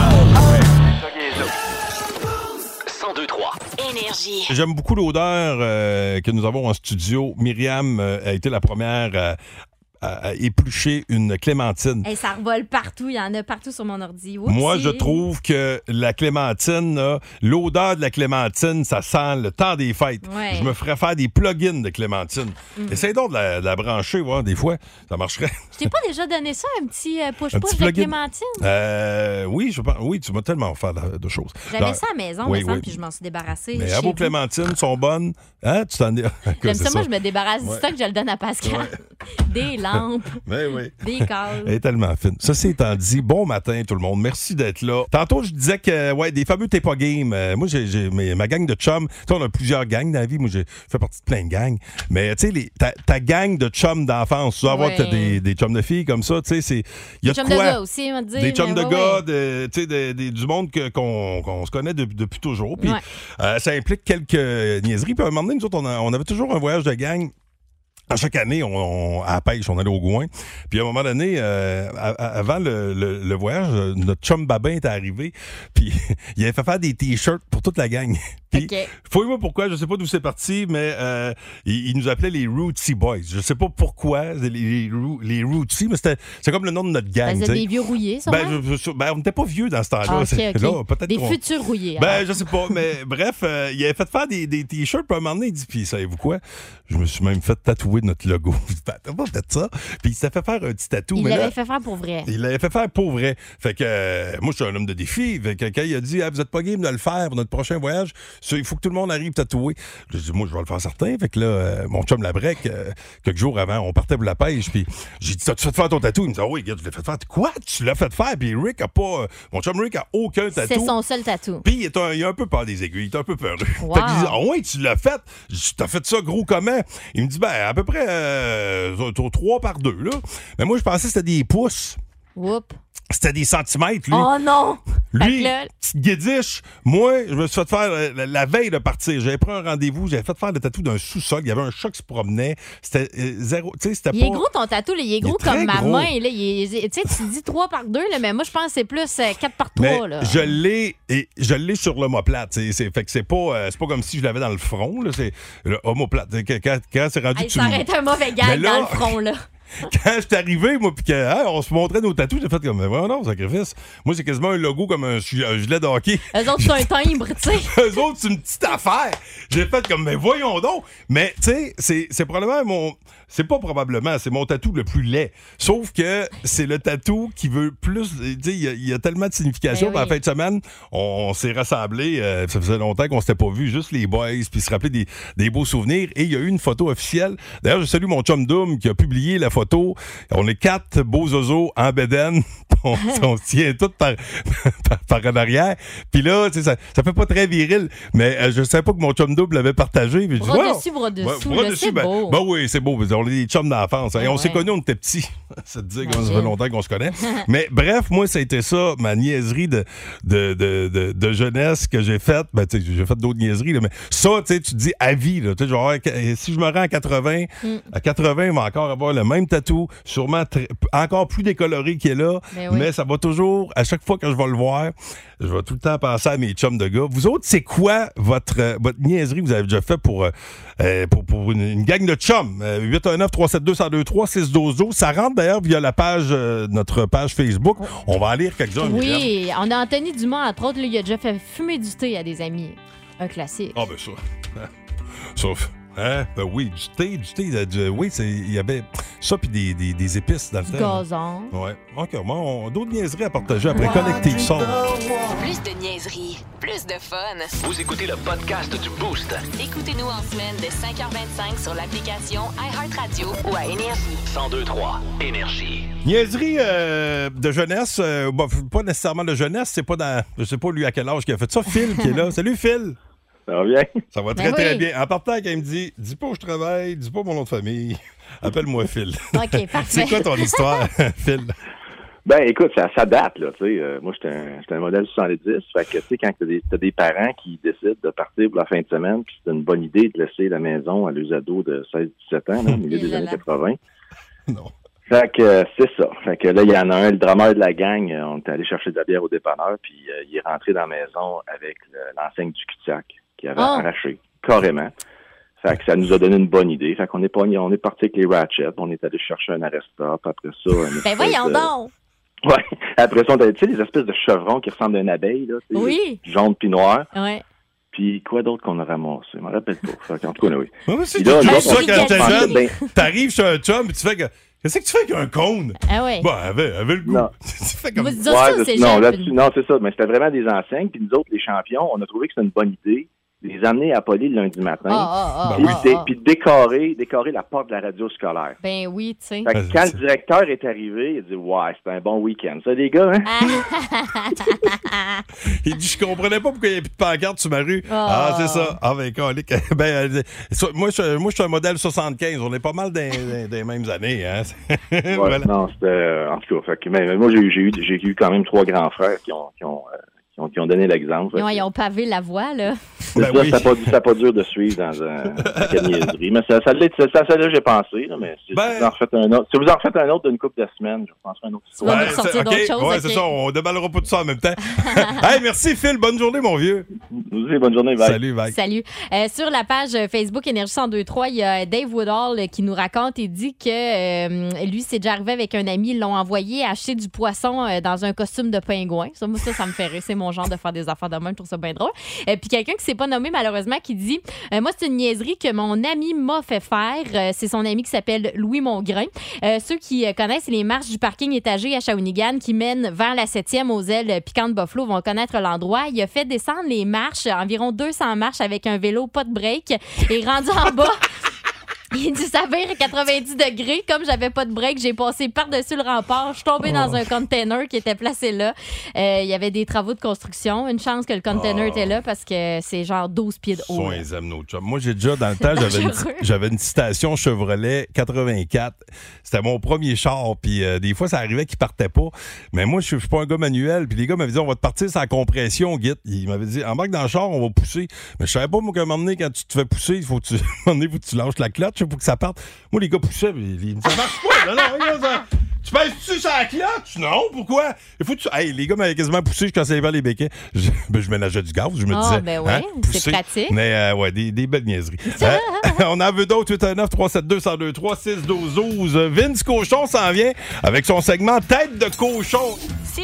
Speaker 2: 1023.
Speaker 8: Énergie.
Speaker 3: J'aime beaucoup l'odeur euh, que nous avons en studio. Myriam euh, a été la première euh, à, à éplucher une clémentine.
Speaker 4: Hey, ça revole partout. Il y en a partout sur mon ordi. Oupsie.
Speaker 3: Moi, je trouve que la clémentine, là, l'odeur de la clémentine, ça sent le temps des fêtes.
Speaker 4: Ouais. Mhm.
Speaker 3: Je me ferais faire des plugins de clémentine. Essaye donc de la, de la brancher, voir, des fois, ça marcherait.
Speaker 4: Je t'ai pas déjà donné ça, un petit euh,
Speaker 3: Un
Speaker 4: push-push
Speaker 3: petit
Speaker 4: de
Speaker 3: plugin.
Speaker 4: Clémentine?
Speaker 3: Euh, oui, je pense- oui, tu m'as tellement offert de, de choses.
Speaker 4: J'avais
Speaker 3: Non,
Speaker 4: ça à la maison,
Speaker 3: ben, oui,
Speaker 4: me semble,
Speaker 3: oui.
Speaker 4: puis je m'en suis débarrassée.
Speaker 3: Mais
Speaker 4: chez
Speaker 3: à vos
Speaker 4: vous.
Speaker 3: clémentines sont bonnes. Hein, tu t'en es. *laughs*
Speaker 4: J'aime
Speaker 3: C'est
Speaker 4: ça, moi, je me débarrasse du
Speaker 3: Ouais.
Speaker 4: stock, je le donne à Pascal. *laughs* Des
Speaker 3: *laughs*
Speaker 4: lampes,
Speaker 3: Mais oui.
Speaker 4: des câbles.
Speaker 3: Elle est tellement fine. Ça, c'est étant dit, bon matin tout le monde. Merci d'être là. Tantôt, je disais que, ouais, des fameux T'es pas game. Euh, moi, j'ai, j'ai- mes- ma gang de chums, tu sais, on a plusieurs gangs dans la vie. Moi, j'ai fait partie de plein de gangs. Mais, tu sais, les- ta, ta gang de chums d'enfance, tu dois avoir
Speaker 4: Ouais.
Speaker 3: t'as des, des chums de filles comme ça, tu sais, c'est. il Y a
Speaker 4: Des
Speaker 3: de
Speaker 4: chums de
Speaker 3: quoi.
Speaker 4: gars aussi, on va dire.
Speaker 3: Des chums
Speaker 4: mais
Speaker 3: de
Speaker 4: ouais,
Speaker 3: gars,
Speaker 4: ouais.
Speaker 3: de- tu sais, de- des- du monde que- qu'on qu'on se connaît de- depuis toujours. Puis
Speaker 4: Ouais.
Speaker 3: euh, ça implique quelques niaiseries. Puis à un moment donné, nous autres, on, a- on avait toujours un voyage de gang. À chaque année, on, on- à la pêche, on allait au Gouin. Puis à un moment donné, euh, a- a- avant le, le- le voyage, euh, notre chum Babin était arrivé. Puis *laughs* il avait fait faire des t-shirts pour toute la gang. *laughs* Puis
Speaker 4: OK.
Speaker 3: fouille-moi pourquoi, je sais pas d'où c'est parti, mais euh, ils, ils nous appelaient les Rootsy Boys. Je sais pas pourquoi, les, les, Roo- les Rootsy, mais c'était c'est comme le nom de notre gang.
Speaker 4: Ben, vous êtes
Speaker 3: tu sais.
Speaker 4: des vieux rouillés, ça.
Speaker 3: Ben, je- je- ben, on n'était pas vieux dans ce temps-là.
Speaker 4: Ah, ok,
Speaker 3: C'est-
Speaker 4: ok.
Speaker 3: *laughs* là, peut-être
Speaker 4: Des
Speaker 3: qu'on-
Speaker 4: futurs rouillés.
Speaker 3: Ben,
Speaker 4: alors.
Speaker 3: je sais pas,
Speaker 4: *laughs*
Speaker 3: mais bref, euh, il avait fait faire des, des t-shirts, puis à un moment donné, il dit, puis savez-vous quoi? Je me suis même fait tatouer tatouer notre logo. *laughs* Je dis, T'as pas fait ça? Puis il s'est fait faire un petit tatou.
Speaker 4: Il
Speaker 3: mais là-
Speaker 4: l'avait fait faire pour vrai.
Speaker 3: il l'avait fait faire pour vrai. Fait que euh, moi, je suis un homme de défi. Fait que quand il a dit Ah, Vous êtes pas game de le faire pour notre prochain voyage, ça, il faut que tout le monde arrive tatoué. J'ai dit Moi, je vais le faire certain. Fait que là, euh, mon chum Labrec, euh, quelques jours avant, on partait pour la pêche. Puis j'ai dit T'as-tu fait faire ton tatou Il me dit Ah oui, gars, je l'ai fait faire. Quoi Tu l'as fait faire Puis Rick a pas. euh, mon chum Rick a aucun tatou.
Speaker 4: C'est son seul tatou.
Speaker 3: Puis il, est un- il a un peu peur des aiguilles, il est un peu peureux. *laughs*
Speaker 4: Wow.
Speaker 3: Fait qu'il dit, ah ouais, tu l'as fait. Je dis, t'as fait ça gros comment? Il me dit, ben, à peu près euh, autour de 3 par 2, là. Mais moi, je pensais que c'était des pouces.
Speaker 4: Whoop.
Speaker 3: C'était des centimètres, lui.
Speaker 4: Oh non! Fait que
Speaker 3: Lui,
Speaker 4: là-
Speaker 3: petite guédiche, moi, je me suis fait faire euh, la, la veille de partir. J'avais pris un rendez-vous, j'avais fait faire le tatou d'un sous-sol. Il y avait un chat qui se promenait. C'était euh, zéro. Tu sais, c'était
Speaker 4: Il est
Speaker 3: pas-
Speaker 4: gros ton tatou, là. il est gros
Speaker 3: très
Speaker 4: comme ma
Speaker 3: gros.
Speaker 4: main. Là. Il est- Tu sais, tu dis 3 par 2, là, mais moi je pense que c'est plus 4 par 3.
Speaker 3: Mais
Speaker 4: là.
Speaker 3: je l'ai et je l'ai sur l'omoplate. C'est, c'est- fait que c'est pas, euh, c'est pas comme si je l'avais dans le front. Là, c'est le omoplate. C'est que Quand, quand c'est rendu
Speaker 4: Hey,
Speaker 3: que tu
Speaker 4: ça aurait
Speaker 3: me-
Speaker 4: été un mauvais
Speaker 3: Mais
Speaker 4: gag
Speaker 3: là-
Speaker 4: dans le front. là.
Speaker 3: *laughs* quand je suis arrivé, moi, puis que, hein, on se montrait nos tatous, j'ai fait comme, oh non, sacrifice. Moi, c'est quasiment un logo comme un, gi- un gilet de hockey.
Speaker 4: Eux autres, c'est un
Speaker 3: *laughs*
Speaker 4: timbre, tu sais.
Speaker 3: Eux autres, c'est une petite affaire. J'ai fait comme, mais voyons donc. Mais, tu sais, c'est, c'est probablement mon. C'est pas probablement, c'est mon tatou le plus laid. Sauf que c'est le tatou qui veut plus. Tu sais, il y a- il y, a tellement de signification.
Speaker 4: Ben
Speaker 3: Puis à la
Speaker 4: oui.
Speaker 3: euh,
Speaker 4: Bras
Speaker 3: *laughs* euh, Ouais,
Speaker 4: dessus, bras dessous,
Speaker 3: bras
Speaker 4: là,
Speaker 3: dessus,
Speaker 4: c'est
Speaker 3: ben-
Speaker 4: beau.
Speaker 3: ben oui, c'est beau. On est des chums d'enfance. hein. Et
Speaker 4: Ah
Speaker 3: on s'est
Speaker 4: ouais.
Speaker 3: connus, on était petits. *laughs* ça te dit qu'on ça fait
Speaker 4: Imagine.
Speaker 3: longtemps qu'on
Speaker 4: *laughs*
Speaker 3: se connaît. Mais bref, moi, ça a été ça, ma niaiserie de, de, de, de- de jeunesse que j'ai faite. Ben, tu sais, j'ai fait d'autres niaiseries, là, mais ça, tu sais, tu te dis à vie. Là, Tu sais, genre, eh, si je me rends à 80,
Speaker 4: Mm.
Speaker 3: à 80, il va encore avoir le même tatou, sûrement très- encore plus décoloré qu'il est là,
Speaker 4: Ben oui.
Speaker 3: mais Eh, ça va toujours, à chaque fois que je vais le voir, je vais tout le temps penser à mes chums de gars. Vous autres, c'est quoi votre, euh, votre niaiserie que vous avez déjà fait pour, euh, euh, pour, pour une, une gang de chums? Euh, 819 372 1023 612 12. Ça rentre d'ailleurs via la page, euh, notre page Facebook. On va en lire quelques-uns. Myriam.
Speaker 4: Oui, on a Anthony Dumont, entre autres, lui, il a déjà fait fumer du thé à des amis. Un
Speaker 11: *laughs*
Speaker 4: classique.
Speaker 3: Ah, ben ça. Sauf. Hein? Ben oui, du thé, du thé. euh, du- oui, c'est- il y avait ça puis des, des, des épices dans le
Speaker 4: Du
Speaker 3: temps.
Speaker 4: gazon.
Speaker 3: Ouais. OK, bon, on- d'autres niaiseries à partager après Collective Soul.
Speaker 8: Plus de niaiserie, plus de fun.
Speaker 2: Vous écoutez le podcast du Boost.
Speaker 8: Écoutez-nous en semaine de 5h25 sur l'application iHeartRadio ou à Énergie.
Speaker 2: 1023 Énergie.
Speaker 3: Niaiserie euh, de jeunesse, euh, bon, pas nécessairement de jeunesse, c'est pas dans. Je sais pas lui à quel âge qu'il a fait ça. Phil qui est là. Salut Phil!
Speaker 11: Ça va bien?
Speaker 3: Ça va très
Speaker 4: Ben
Speaker 3: très
Speaker 4: oui.
Speaker 3: bien. En partant, quand il me dit Dis pas où je travaille, dis pas mon nom de famille, *laughs* appelle-moi Phil. *laughs*
Speaker 4: OK,
Speaker 3: c'est
Speaker 4: parfait.
Speaker 3: quoi ton histoire, *laughs* Phil?
Speaker 11: Ben, écoute, ça, ça date, là, tu sais. euh, moi, j'étais un, j'étais un modèle 70. Fait que, tu sais, quand t'as des, t'as des parents qui décident de partir pour la fin de semaine, puis c'est une bonne idée de laisser la maison à leurs ados de 16-17 ans, là,
Speaker 4: *laughs*
Speaker 11: au milieu
Speaker 4: Et
Speaker 11: des
Speaker 4: là
Speaker 11: années
Speaker 4: là.
Speaker 11: 80.
Speaker 3: Non.
Speaker 11: Fait que euh, c'est ça. Fait que là, il y en a un, le drameur de la gang, euh, on est allé chercher de la bière au dépanneur, puis euh, il est rentré dans la maison avec le- l'enseigne du cul-de-sac qu'il avait
Speaker 4: Oh.
Speaker 11: arraché, carrément. Fait que ça nous a donné une bonne idée. Fait qu'on est, pas, on est parti avec les ratchets, on est allé chercher un arrestop, après ça... une
Speaker 4: Ben
Speaker 11: espèce
Speaker 4: voyons
Speaker 11: de-
Speaker 4: donc.
Speaker 11: Ouais. *laughs* Après ça, on a, tu sais, les espèces de chevrons qui ressemblent à une abeille, là. tu sais,
Speaker 4: Oui.
Speaker 11: Jaune puis noir.
Speaker 4: Ouais.
Speaker 11: Puis quoi d'autre qu'on a ramassé? Je me rappelle pas. Fait que, en tout cas, là, oui.
Speaker 3: Moi aussi,
Speaker 11: Puis
Speaker 3: j'ai
Speaker 11: là,
Speaker 3: toujours
Speaker 11: nous
Speaker 3: ça
Speaker 11: autres,
Speaker 4: j'ai
Speaker 11: on
Speaker 3: quand
Speaker 4: gagné.
Speaker 3: j'étais
Speaker 11: pensait,
Speaker 3: jeune.
Speaker 11: ben,
Speaker 3: T'arrives chez un chum et tu fais que. Qu'est-ce que tu fais avec un cône?
Speaker 4: Ah ouais.
Speaker 3: Bah, avait, avait le goût.
Speaker 11: Non.
Speaker 3: tu fais
Speaker 4: Vous
Speaker 3: comme.
Speaker 4: dites ça,
Speaker 11: Ouais,
Speaker 4: c'est
Speaker 11: c'est- non,
Speaker 4: jeune.
Speaker 11: là-dessus, non, c'est ça. Mais c'était vraiment des enseignes. Puis nous autres, les champions, on a trouvé que c'était une bonne idée de les amener à Poly le lundi
Speaker 4: Ah,
Speaker 11: matin.
Speaker 4: ah, ah,
Speaker 3: Bah,
Speaker 11: puis,
Speaker 4: ah,
Speaker 11: dé-
Speaker 4: ah.
Speaker 11: puis décorer, décorer la porte de la radio scolaire.
Speaker 4: Ben oui, tu sais.
Speaker 11: Fait que
Speaker 3: Ouais,
Speaker 11: quand
Speaker 3: c'est-
Speaker 11: le directeur est arrivé, il a dit Ouais, c'était un bon week-end. Ça, les gars, hein?
Speaker 3: *laughs* Il dit, je comprenais pas pourquoi il n'y avait plus de pancarte sur ma rue.
Speaker 4: Ah.
Speaker 3: Ah, c'est ça. Ah, ben, colique. *laughs* Ben, euh, so- moi, je, moi, je suis un modèle 75. On est pas mal des, des- des mêmes années. Hein? *laughs*
Speaker 11: Ouais,
Speaker 3: Voilà.
Speaker 11: Non, c'était. euh, en tout cas, fait que, mais, mais moi, j'ai eu, j'ai eu, j'ai eu quand même trois grands frères qui ont, qui ont, euh, qui ont, qui ont donné l'exemple.
Speaker 4: Ils ont,
Speaker 11: Fait que
Speaker 4: ils ont pavé la voie, là.
Speaker 11: c'est
Speaker 3: Ben
Speaker 11: ça,
Speaker 3: oui.
Speaker 11: ça pas, ça pas dur de suivre dans un dans quelle niaiserie. Mais ça, ça, l'est- ça, ça, ça, là, j'ai pensé. Là, mais si,
Speaker 3: Ben-
Speaker 11: vous en refaites un autre, si vous en refaites un autre d'une couple de semaines, je pense à un autre
Speaker 4: On va
Speaker 11: histoire.
Speaker 4: nous sortir
Speaker 3: c'est-
Speaker 4: d'autres
Speaker 3: ok,
Speaker 4: choses,
Speaker 3: Ouais,
Speaker 4: ok.
Speaker 3: c'est ça. On déballera pas tout ça en même temps.
Speaker 4: *laughs*
Speaker 3: *laughs* hey, merci, Phil. Bonne journée, mon vieux.
Speaker 11: Nous aussi, bonne journée, bye.
Speaker 3: Salut, bye.
Speaker 4: Salut. Euh, sur la page euh, Facebook Énergie 1023, il y a Dave Woodall euh, qui nous raconte et dit que euh, lui, c'est déjà arrivé avec un ami. Ils l'ont envoyé acheter du poisson euh, dans un costume de pingouin. Ça, moi, ça, ça me fait rire. C'est mon genre de faire des affaires de même, je trouve ça bien drôle. Et puis quelqu'un qui s'est pas nommé malheureusement qui dit euh, moi c'est une niaiserie que mon ami m'a fait faire, Euh, c'est son ami qui s'appelle Louis Mongrain. Euh, ceux qui euh, connaissent les marches du parking étagé à Shawinigan qui mènent vers la 7e aux ailes piquantes Buffalo vont connaître l'endroit. Il a fait descendre les marches, environ 200 marches avec un vélo pas de break et rendu en bas *laughs* il dit ça vire à 90 degrés. Comme j'avais pas de break, j'ai passé par-dessus le rempart. Je suis tombée dans
Speaker 9: Oh.
Speaker 4: un container qui était placé là. Euh, Il y avait des travaux de construction. Une chance que le container
Speaker 3: Oh.
Speaker 4: était là parce que c'est genre 12 pieds de haut.
Speaker 3: Sont les aiment, nos chums. Moi, j'ai déjà, dans
Speaker 4: *laughs*
Speaker 3: le temps, j'avais une,
Speaker 4: Dangereux.
Speaker 3: j'avais une station Chevrolet 84. C'était mon premier char, puis euh, des fois, ça arrivait qu'il partait pas. Mais moi, je suis- je suis pas un gars manuel, puis les gars m'avaient dit, on va te partir sans compression, Git. Ils m'avaient dit, embarque dans le char, on va pousser. Mais je savais pas, moi, qu'à un moment donné, quand tu te fais pousser, il faut que tu, *laughs* à un moment donné, faut que tu lâches la cloche pour que ça parte. Moi, les gars poussaient, puis ils me disaient, marche pas, non, non, regarde ça. Tu pèses-tu sur la cloche? Non, pourquoi? Il faut que tu... Hey, les gars m'avaient quasiment poussé jusqu'à ça vers les béquets. Je, ben, je ménageais du gaz, je me
Speaker 4: Ah,
Speaker 3: disais.
Speaker 4: ben ouais, c'est
Speaker 3: pousser.
Speaker 4: pratique.
Speaker 3: Mais euh, ouais, des, des belles niaiseries.
Speaker 4: *laughs*
Speaker 3: Euh, on en veut d'autres, 819 372 102 3 6 12 12 Euh, Vince Cochon s'en vient avec son segment Tête de cochon.
Speaker 1: Si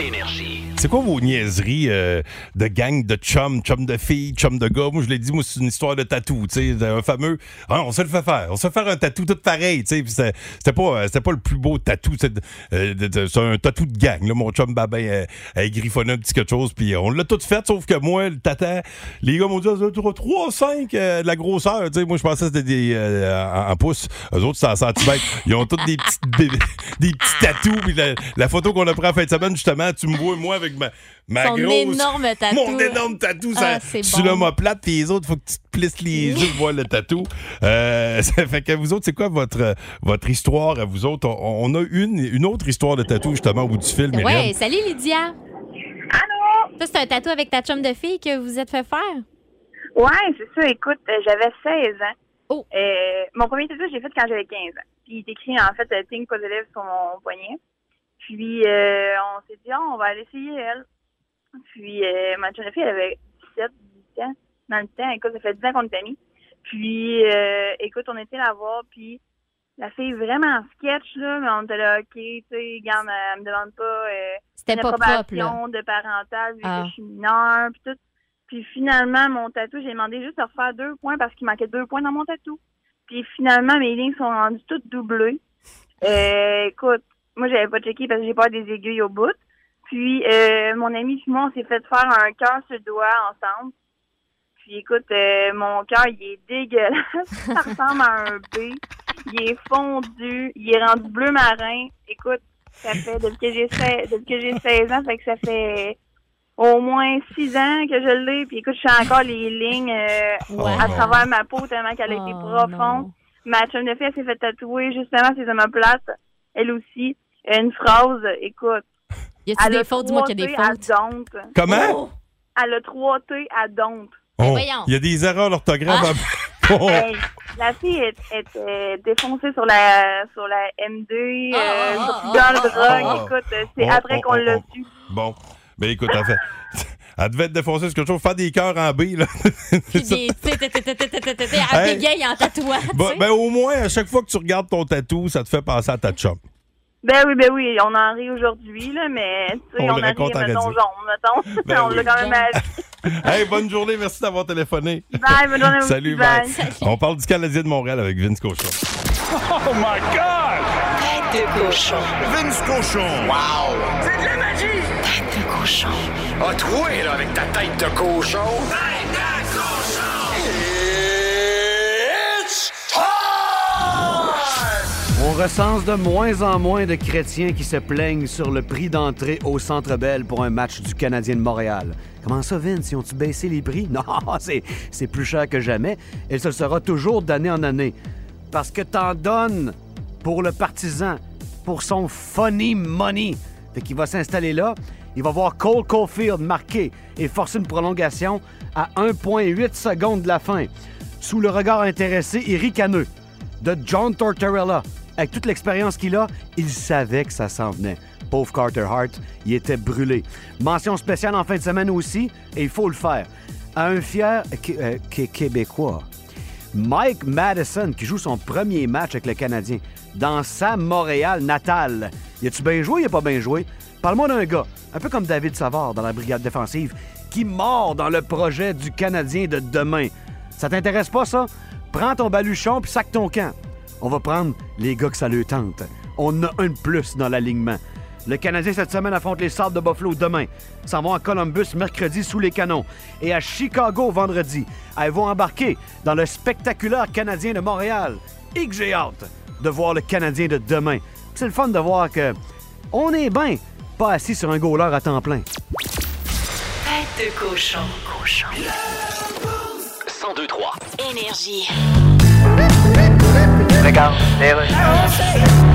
Speaker 2: Énergie.
Speaker 3: C'est quoi vos niaiseries euh, de gang, de chum, chum de filles, chum de gars? Moi, je l'ai dit, moi, c'est une histoire de tatou, tu sais, un fameux... Ah, on se le fait faire, on se fait faire un tatou tout pareil, tu sais, puis c'était c'était pas, euh, c'était pas le plus beau tatou, c'est euh, de- de- c'est un tatou de gang, là, mon chum babin euh, a griffonné un petit quelque chose, puis euh, on l'a tout fait, sauf que moi, le tata, les gars m'ont dit, ah, 3, 5 euh, de la grosseur, tu sais, moi, je pensais que c'était des... euh, en, en pouces, eux autres, c'est en centimètres, ils ont toutes des petites, des, *laughs* des petits tatous, puis la, la photo qu'on a prise en fin de semaine, justement, tu me vois, moi, avec ma... ma
Speaker 4: Son
Speaker 3: grosse-
Speaker 4: énorme tatou.
Speaker 3: Mon énorme tatou,
Speaker 4: Ah,
Speaker 3: ça,
Speaker 4: c'est
Speaker 3: sur
Speaker 4: bon.
Speaker 3: l'homoplate, puis les autres, faut que tu te plisses
Speaker 4: *laughs*
Speaker 3: les yeux pour voir le tatou. Euh, *laughs* ça fait que vous autres, c'est quoi votre, votre histoire à vous autres? On, on a une, une autre histoire de tatou, justement, au bout du film, Myriam.
Speaker 4: Ouais, salut Lydia. Allô? Ça, c'est un tatou avec ta chum de fille que vous êtes fait faire?
Speaker 12: Ouais, c'est ça. Écoute, euh, j'avais 16 ans. Euh,
Speaker 4: Oh.
Speaker 12: mon premier tatou, j'ai fait quand j'avais 15 ans. Puis il est écrit, en fait, euh, Think Positive sur mon poignet. Puis euh, on s'est dit, Ah, on va l'essayer, elle. Puis euh, ma jeune fille, elle avait 17, 18 ans. Dans le temps, écoute, ça fait 10 ans qu'on est amis. Puis, euh, écoute, on était la voir, puis la fille vraiment sketch, là, mais on était là, OK, tu sais, garde, elle me demande pas euh,
Speaker 4: C'était
Speaker 12: une
Speaker 4: pas propre,
Speaker 12: approbation de parental vu
Speaker 4: Ah.
Speaker 12: que je suis mineure, puis tout. Puis finalement, mon tatou, j'ai demandé juste de refaire deux points parce qu'il manquait deux points dans mon tatou. Puis finalement, mes lignes sont rendues toutes doublées. Euh, écoute, moi, j'avais pas checké parce que j'ai peur des aiguilles au bout. Puis, euh, mon ami puis moi, on s'est fait faire un cœur sur le doigt ensemble. Puis, écoute, euh, mon cœur, il est dégueulasse. *laughs* Ça ressemble à un B. Il est fondu. Il est rendu bleu marin. Écoute, ça fait depuis que j'ai 16, depuis que j'ai 16 ans, ça fait que ça fait au moins 6 ans que je l'ai. Puis, écoute, je sens encore les lignes euh,
Speaker 4: Ouais.
Speaker 12: à travers ma peau tellement qu'elle a été
Speaker 4: Oh,
Speaker 12: profonde. Ma chum de fille, elle s'est fait tatouer justement ses omoplates. Elle aussi. Une phrase, écoute.
Speaker 4: Y a-tu
Speaker 12: Elle
Speaker 4: des
Speaker 12: a
Speaker 4: fautes? Dis-moi
Speaker 12: trois
Speaker 4: qu'il y a des
Speaker 12: T à
Speaker 4: fautes.
Speaker 12: Donte.
Speaker 3: Comment?
Speaker 4: Oh,
Speaker 12: Elle a trois T à Donte.
Speaker 3: Oh, Il y a des erreurs d'orthographe. Bon.
Speaker 12: *laughs* Hey, Ben, la fille est, est, euh, défoncée sur la sur la MD, euh, sur plusieurs
Speaker 3: ah, ah,
Speaker 12: drogues.
Speaker 3: ah.
Speaker 12: Écoute, euh, c'est
Speaker 3: Oh,
Speaker 12: après
Speaker 3: oh,
Speaker 12: qu'on
Speaker 3: oh,
Speaker 12: l'a
Speaker 3: oh. Bon. Ben écoute, elle, fait- *laughs* elle devait te défoncer parce que je trouve faire des cœurs en B, là.
Speaker 4: Puis des. tu sais, tu sais, tu sais, tu sais, tu sais, tu sais,
Speaker 3: Hey.
Speaker 4: Elle bégaye en tatouant. tu
Speaker 3: *laughs* Bon,
Speaker 4: sais.
Speaker 3: ben au moins, à chaque fois que tu regardes ton tatou, ça te fait penser à ta chum.
Speaker 12: Ben oui, ben oui, on en rit aujourd'hui, là, mais tu sais,
Speaker 3: On
Speaker 12: on,
Speaker 3: le
Speaker 12: a ri,
Speaker 3: raconte à la
Speaker 12: mettons,
Speaker 3: radio.
Speaker 12: jaune, mettons.
Speaker 3: Ben
Speaker 12: on
Speaker 3: oui.
Speaker 12: l'a quand même à...
Speaker 3: hey, bonne journée, merci d'avoir téléphoné.
Speaker 12: Bye, bonne journée
Speaker 3: *laughs*
Speaker 12: à vous
Speaker 3: Salut,
Speaker 12: aussi,
Speaker 3: bye.
Speaker 12: bye. Salut.
Speaker 3: On parle du Canadien de Montréal avec Vince Cochon.
Speaker 13: Oh my God! Tête de cochon.
Speaker 14: Vince Cochon.
Speaker 13: Wow! C'est de la magie! Tête de cochon. A troué, là, avec ta tête de cochon. Tête de cochon! It's
Speaker 15: On recense de moins en moins de chrétiens qui se plaignent sur le prix d'entrée au Centre Bell pour un match du Canadien de Montréal. Comment ça, Vince? Ils ont-tu baissé les prix? *laughs* Non, c'est, c'est plus cher que jamais et ce sera toujours d'année en année. Parce que t'en donnes pour le partisan, pour son funny money. Fait qu'il va s'installer là, il va voir Cole Caulfield marquer et forcer une prolongation à 1,8 secondes de la fin. Sous le regard intéressé et ricaneux de John Tortorella. Avec toute l'expérience qu'il a, il savait que ça s'en venait. Pauvre Carter Hart, il était brûlé. Mention spéciale en fin de semaine aussi, et il faut le faire. à un fier Qué- euh, Qué- Québécois. Mike Madison, qui joue son premier match avec le Canadien, dans sa Montréal natale. Y a-tu bien joué, y a pas bien joué? Parle-moi d'un gars, un peu comme David Savard dans la brigade défensive, qui mord dans le projet du Canadien de demain. Ça t'intéresse pas, ça? Prends ton baluchon puis sac ton camp. On va prendre les gars que ça le tente. On en a un de plus dans l'alignement. Le Canadien cette semaine affronte les Sabres de Buffalo demain. Ils S'en vont à Columbus mercredi sous les canons et à Chicago vendredi. Elles vont embarquer dans le spectaculaire Canadien de Montréal. Et que j'ai hâte de voir le Canadien de demain. C'est le fun de voir que on est bien pas assis sur un goaler à temps plein.
Speaker 8: Tête de cochon. cochon.
Speaker 2: 1023.
Speaker 8: Énergie.
Speaker 5: Regarde, les rues.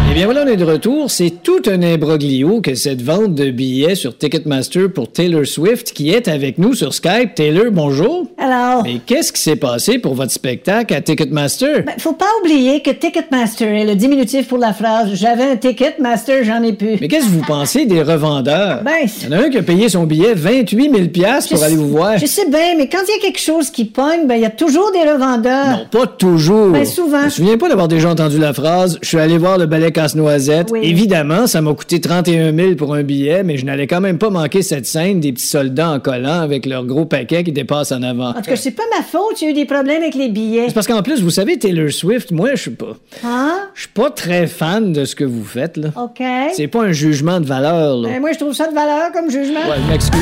Speaker 6: Eh bien voilà, on est de retour. C'est tout un imbroglio que cette vente de billets sur Ticketmaster pour Taylor Swift qui est avec nous sur Skype. Taylor, bonjour.
Speaker 9: Alors,
Speaker 6: Mais qu'est-ce qui s'est passé pour votre spectacle à Ticketmaster?
Speaker 9: ben, faut pas oublier que Ticketmaster est le diminutif pour la phrase J'avais un Ticketmaster, j'en ai plus.
Speaker 6: Mais qu'est-ce que vous pensez des revendeurs?
Speaker 9: Ben,
Speaker 6: Il y en a un qui a payé son billet 28 000
Speaker 9: Je
Speaker 6: pour aller
Speaker 9: sais-
Speaker 6: vous voir.
Speaker 9: Je sais bien, mais quand il y a quelque chose qui pogne, ben, il y a toujours des revendeurs.
Speaker 6: Non, pas toujours.
Speaker 9: Ben, souvent.
Speaker 6: Je me souviens pas d'avoir déjà entendu la phrase Je suis allé voir le ballet Casse-Noisette.
Speaker 9: Oui.
Speaker 6: Évidemment, ça m'a coûté 31 000 pour un billet, mais je n'allais quand même pas manquer cette scène des petits soldats en collant avec leur gros paquet qui dépasse en avant.
Speaker 9: En tout cas, c'est pas ma faute, j'ai eu des problèmes avec les billets.
Speaker 6: C'est parce qu'en plus, vous savez, Taylor Swift, moi, je suis pas.
Speaker 9: Hein?
Speaker 6: Je suis pas très fan de ce que vous faites, là.
Speaker 9: OK.
Speaker 6: C'est pas un jugement de valeur, là.
Speaker 9: Ben, moi, je trouve ça de valeur comme jugement.
Speaker 6: Ouais, je m'excuse.